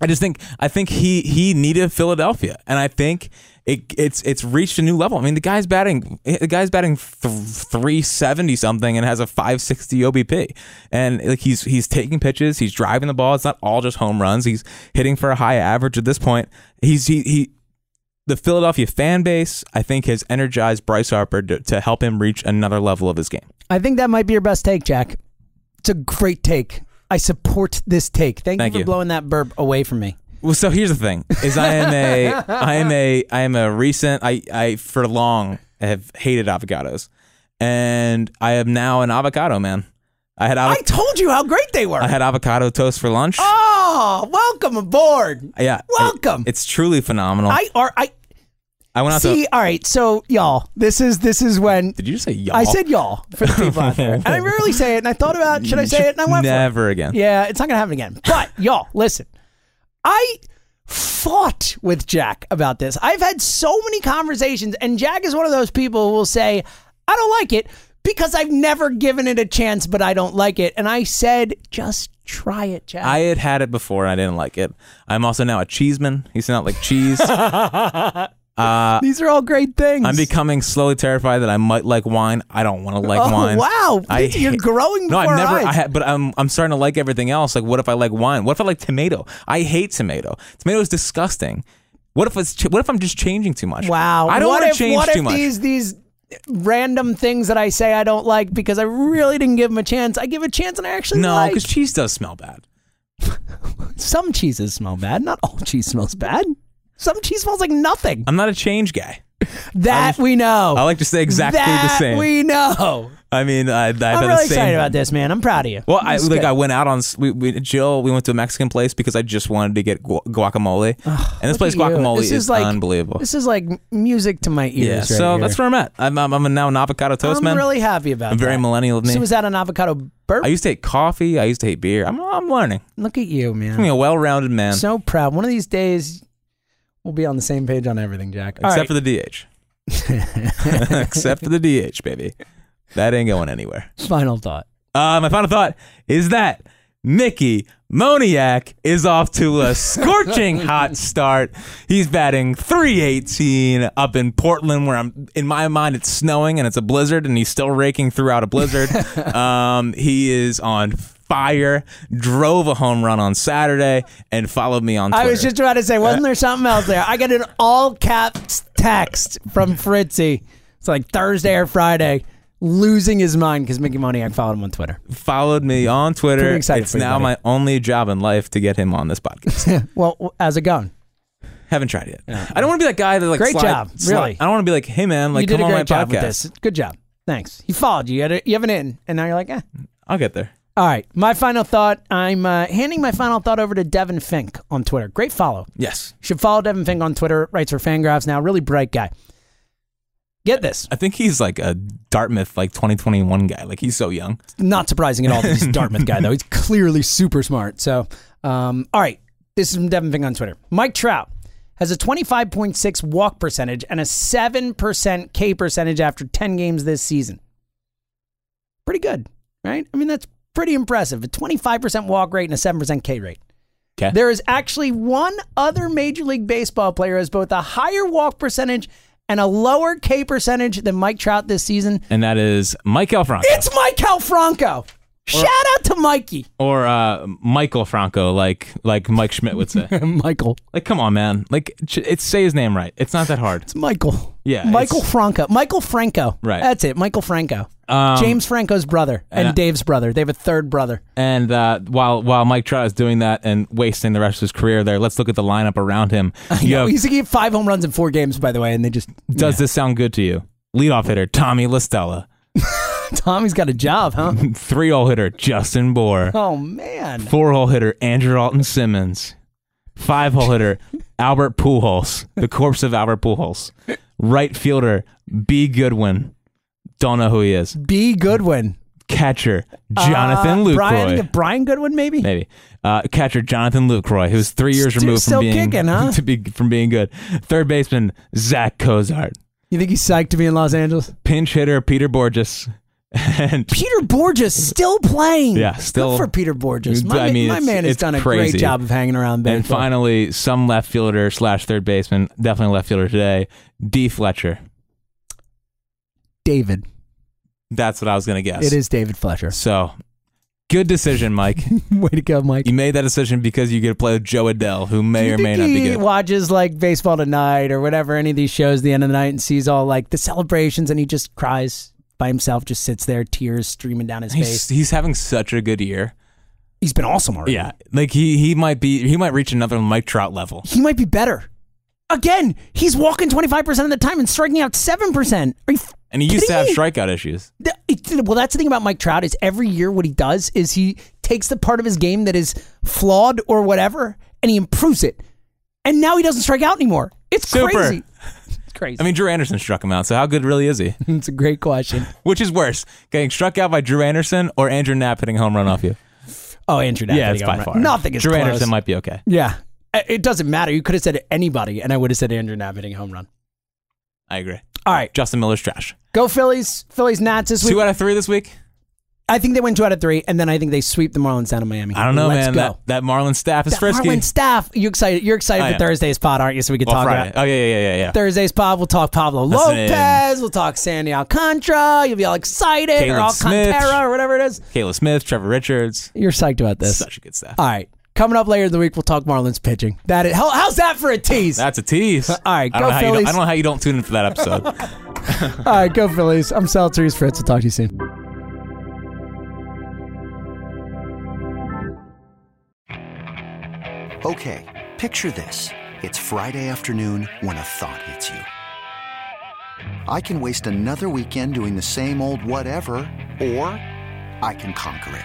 Speaker 4: I just think I think he he needed Philadelphia, and I think it, it's it's reached a new level. I mean, the guy's batting the guy's batting three seventy something and has a five sixty OBP, and like he's he's taking pitches, he's driving the ball. It's not all just home runs. He's hitting for a high average at this point. He's he he. The Philadelphia fan base, I think, has energized Bryce Harper to, to help him reach another level of his game.
Speaker 3: I think that might be your best take, Jack. It's a great take. I support this take. Thank,
Speaker 4: Thank
Speaker 3: you for
Speaker 4: you.
Speaker 3: blowing that burp away from me.
Speaker 4: Well, so here's the thing: is I am a, I am a, I am a recent. I, I for long have hated avocados, and I am now an avocado man. I had
Speaker 3: I
Speaker 4: avo-
Speaker 3: told you how great they were.
Speaker 4: I, had avocado toast for lunch.
Speaker 3: oh, welcome aboard.
Speaker 4: yeah, it-
Speaker 3: welcome.
Speaker 4: it's truly phenomenal. I,
Speaker 3: I are I
Speaker 4: went out
Speaker 3: see.
Speaker 4: to.
Speaker 3: All right, so y'all, this is this is when
Speaker 4: Did you just say y'all?
Speaker 3: I said y'all for the people out there, and I rarely say it. And I thought about should I say it, and I went for it.
Speaker 4: never again.
Speaker 3: Yeah, it's not gonna happen again. But y'all, listen, I fought with Jack about this. I've had so many conversations, and Jack is one of those people who will say, "I don't like it." Because I've never given it a chance, but I don't like it. And I said, just try it, Jack.
Speaker 4: I had had it before and I didn't like it. I'm also now a cheeseman. He's not like cheese.
Speaker 3: These are all great things.
Speaker 4: uh, I'm becoming slowly terrified that I might like wine. I don't want to like
Speaker 3: Oh,
Speaker 4: wine.
Speaker 3: wow. You're
Speaker 4: hate-
Speaker 3: growing
Speaker 4: No,
Speaker 3: before
Speaker 4: I've never.
Speaker 3: our eyes.
Speaker 4: I ha- but I'm I'm starting to like everything else. Like, what if I like wine? What if I like tomato? I hate tomato. Tomato is disgusting. What if it's ch- what if I'm just changing too much?
Speaker 3: Wow.
Speaker 4: I don't
Speaker 3: What
Speaker 4: want
Speaker 3: if-
Speaker 4: to change
Speaker 3: what
Speaker 4: too
Speaker 3: if
Speaker 4: much.
Speaker 3: These these random things that I say I don't like because I really didn't give them a chance. I give a chance and I actually
Speaker 4: no,
Speaker 3: like.
Speaker 4: because cheese does smell bad.
Speaker 3: Some cheeses smell bad. Not all cheese smells bad. Some cheese smells like nothing.
Speaker 4: I'm not a change guy.
Speaker 3: That we know.
Speaker 4: I like to stay exactly the
Speaker 3: that
Speaker 4: same.
Speaker 3: We know.
Speaker 4: I mean, I, I've
Speaker 3: I'm
Speaker 4: been
Speaker 3: really
Speaker 4: the same.
Speaker 3: excited about this, man. I'm proud of you.
Speaker 4: Well, I,
Speaker 3: This is
Speaker 4: like
Speaker 3: good.
Speaker 4: I went out on s- we, we Jill. We went to a Mexican place because I just wanted to get gu- guacamole, and this
Speaker 3: Look at
Speaker 4: place
Speaker 3: you.
Speaker 4: guacamole
Speaker 3: This
Speaker 4: is,
Speaker 3: like
Speaker 4: unbelievable.
Speaker 3: This is like music to my ears.
Speaker 4: yeah,
Speaker 3: right
Speaker 4: so
Speaker 3: here.
Speaker 4: that's where I'm at. I'm, I'm, I'm now an avocado toast
Speaker 3: I'm
Speaker 4: man.
Speaker 3: really happy about.
Speaker 4: I'm very
Speaker 3: that.
Speaker 4: millennial of me.
Speaker 3: So was that an avocado burp?
Speaker 4: I used to hate coffee. I used to hate beer. I'm, I'm learning.
Speaker 3: Look at you, man.
Speaker 4: I'm a well-rounded man,
Speaker 3: So proud. One of these days, we'll be on the same page on everything, Jack. All
Speaker 4: except
Speaker 3: right.
Speaker 4: for the DH. except for the DH, baby. That ain't going anywhere.
Speaker 3: final thought.
Speaker 4: Uh, my final thought is that Mickey Moniak is off to a scorching hot start. He's batting 318 up in Portland, where I'm in my mind it's snowing and it's a blizzard, and he's still raking throughout a blizzard. um, he is on fire. Drove a home run on Saturday and followed me on Twitter.
Speaker 3: I was just about to say, wasn't there something else there? I got an all caps text from Fritzy. It's like Thursday or Friday, losing his mind because Mickey Moniak followed him on Twitter.
Speaker 4: followed me on Twitter.
Speaker 3: Pretty excited
Speaker 4: it's
Speaker 3: for you,
Speaker 4: now
Speaker 3: buddy.
Speaker 4: my only job in life to get him on this podcast.
Speaker 3: Well, w- how's it going?
Speaker 4: Haven't tried it. I don't want to be that guy that like
Speaker 3: Great
Speaker 4: slide-
Speaker 3: job,
Speaker 4: slide-
Speaker 3: really.
Speaker 4: I don't want to be like, hey man, like
Speaker 3: you did
Speaker 4: come
Speaker 3: a
Speaker 4: on my
Speaker 3: great job
Speaker 4: podcast.
Speaker 3: with this. Good job. Thanks. He followed you. You, had a, you have an in, and now you're like, eh.
Speaker 4: I'll get there.
Speaker 3: All right. My final thought. I'm uh, handing my final thought over to Devin Fink on Twitter. Great follow.
Speaker 4: Yes,
Speaker 3: You should follow Devin Fink on Twitter. Writes for Fangraphs now. Really bright guy. Get this.
Speaker 4: I think he's like a Dartmouth like 2021 guy. Like he's so young.
Speaker 3: Not surprising at all that he's a Dartmouth guy, though. He's clearly super smart. So, um, all right. This is from Devin Fink on Twitter. Mike Trout has a 25.6 walk percentage and a 7% K percentage after 10 games this season. Pretty good, right? I mean, that's pretty impressive. A 25% walk rate and a 7% K rate.
Speaker 4: 'Kay.
Speaker 3: There is actually one other Major League Baseball player who has both a higher walk percentage and a lower K percentage than Mike Trout this season.
Speaker 4: And that is Mike Elfranco
Speaker 3: It's Mike Calfranco. Shout out to Mikey.
Speaker 4: or uh, Michael Franco, like like Mike Schmidt would say.
Speaker 3: Michael.
Speaker 4: like, come on, man. Like, ch- it's say his name right. It's not that hard.
Speaker 3: It's Michael.
Speaker 4: Yeah,
Speaker 3: Michael
Speaker 4: it's-
Speaker 3: Franco. Michael Franco.
Speaker 4: Right.
Speaker 3: That's it. Michael Franco.
Speaker 4: Um,
Speaker 3: James Franco's brother and,
Speaker 4: and I-
Speaker 3: Dave's brother. They have a third brother.
Speaker 4: And uh, while while Mike Trout is doing that and wasting the rest of his career there, let's look at the lineup around him. You have-
Speaker 3: He's get five home runs in four games, by the way, and they just
Speaker 4: Does this sound good to you? Leadoff hitter Tommy Listella,
Speaker 3: Tommy's got a job, huh?
Speaker 4: three hole hitter Justin Bohr,
Speaker 3: oh man.
Speaker 4: four hole hitter Andrew Alton Simmons, five hole hitter Albert Pujols, the corpse of Albert Pujols, right fielder B Goodwin, don't know who he is,
Speaker 3: B. Goodwin.
Speaker 4: catcher Jonathan
Speaker 3: Uh,
Speaker 4: Lucroy,
Speaker 3: Brian, Brian Goodwin, maybe?
Speaker 4: maybe uh, catcher Jonathan Lucroy, who's three years
Speaker 3: Still-
Speaker 4: removed
Speaker 3: still
Speaker 4: from being
Speaker 3: kicking, huh?
Speaker 4: to be from being good, third baseman Zach Cozart,
Speaker 3: You think he's psyched to be in Los Angeles?
Speaker 4: pinch hitter Peter Borges, and
Speaker 3: Peter Borges still playing.
Speaker 4: Yeah, still-
Speaker 3: Good for Peter Borges. My,
Speaker 4: I
Speaker 3: ma-
Speaker 4: mean,
Speaker 3: my
Speaker 4: it's-
Speaker 3: man has
Speaker 4: it's
Speaker 3: done a
Speaker 4: crazy.
Speaker 3: great job of hanging around
Speaker 4: and
Speaker 3: baseball.
Speaker 4: finally some left fielder slash third baseman, definitely left fielder today, D Fletcher.
Speaker 3: David,
Speaker 4: That's what I was gonna guess.
Speaker 3: it is David Fletcher.
Speaker 4: So good decision, Mike.
Speaker 3: Way to go, Mike.
Speaker 4: you made that decision because you get to play with Joe Adele, who
Speaker 3: Do
Speaker 4: may
Speaker 3: you
Speaker 4: or
Speaker 3: think
Speaker 4: may not be
Speaker 3: he
Speaker 4: good.
Speaker 3: watches like baseball tonight or whatever any of these shows at the end of the night and sees all like the celebrations and he just cries by himself, just sits there, tears streaming down his
Speaker 4: He's,
Speaker 3: face.
Speaker 4: he's having such a good year.
Speaker 3: He's been awesome already.
Speaker 4: Yeah, like he he might be he might reach another Mike Trout level.
Speaker 3: he might be better. Again, he's walking 25% of the time and striking out 7%. Are you f-
Speaker 4: And he used to
Speaker 3: kidding
Speaker 4: have
Speaker 3: me?
Speaker 4: strikeout issues.
Speaker 3: The- it- Well, that's the thing about Mike Trout is every year what he does is he takes the part of his game that is flawed or whatever and he improves it. And now he doesn't strike out anymore. It's
Speaker 4: Super.
Speaker 3: crazy. It's crazy.
Speaker 4: I mean, Drew Anderson struck him out. So how good really is he?
Speaker 3: it's a great question.
Speaker 4: Which is worse, getting struck out by Drew Anderson or Andrew Knapp hitting a home run off you?
Speaker 3: Oh, Andrew Knapp.
Speaker 4: yeah, it's
Speaker 3: hitting
Speaker 4: by
Speaker 3: home run.
Speaker 4: far.
Speaker 3: Nothing is
Speaker 4: Drew
Speaker 3: close.
Speaker 4: Anderson might be okay.
Speaker 3: yeah. I- It doesn't matter. You could have said anybody, and I would have said Andrew Knapp hitting a home run.
Speaker 4: I agree.
Speaker 3: All right.
Speaker 4: Justin Miller's trash.
Speaker 3: Go Phillies. Phillies Nats this week.
Speaker 4: Two out of three this week.
Speaker 3: I think they win two out of three, and then I think they sweep the Marlins down in Miami.
Speaker 4: I don't know,
Speaker 3: Let's
Speaker 4: man.
Speaker 3: Go.
Speaker 4: That that Marlin staff is
Speaker 3: That
Speaker 4: frisky.
Speaker 3: Marlins staff. You excited? You're excited
Speaker 4: I
Speaker 3: for
Speaker 4: am.
Speaker 3: Thursday's pod, aren't you? So we can
Speaker 4: Well,
Speaker 3: talk
Speaker 4: Friday.
Speaker 3: about
Speaker 4: Oh yeah, yeah, yeah, yeah, yeah.
Speaker 3: Thursday's pod. We'll talk Pablo
Speaker 4: Listen in.
Speaker 3: Lopez. We'll talk Sandy Alcantara. You'll be all excited, or
Speaker 4: Caleb Smith.
Speaker 3: Alcantara, or whatever it is.
Speaker 4: Kayla Smith, Trevor Richards.
Speaker 3: You're psyched about this.
Speaker 4: Such a good staff.
Speaker 3: all right, coming up later in the week, we'll talk Marlins pitching. That is, how, how's that for a tease?
Speaker 4: That's a tease. All
Speaker 3: right, go
Speaker 4: I don't, know how you don't-
Speaker 3: Phillies.
Speaker 4: I don't know how you don't tune in for that episode.
Speaker 3: all right, go Phillies. I'm Sal Therese Fritz. We'll talk to you soon.
Speaker 5: Okay, picture this. It's Friday afternoon when a thought hits you. I can waste another weekend doing the same old whatever, or I can conquer it.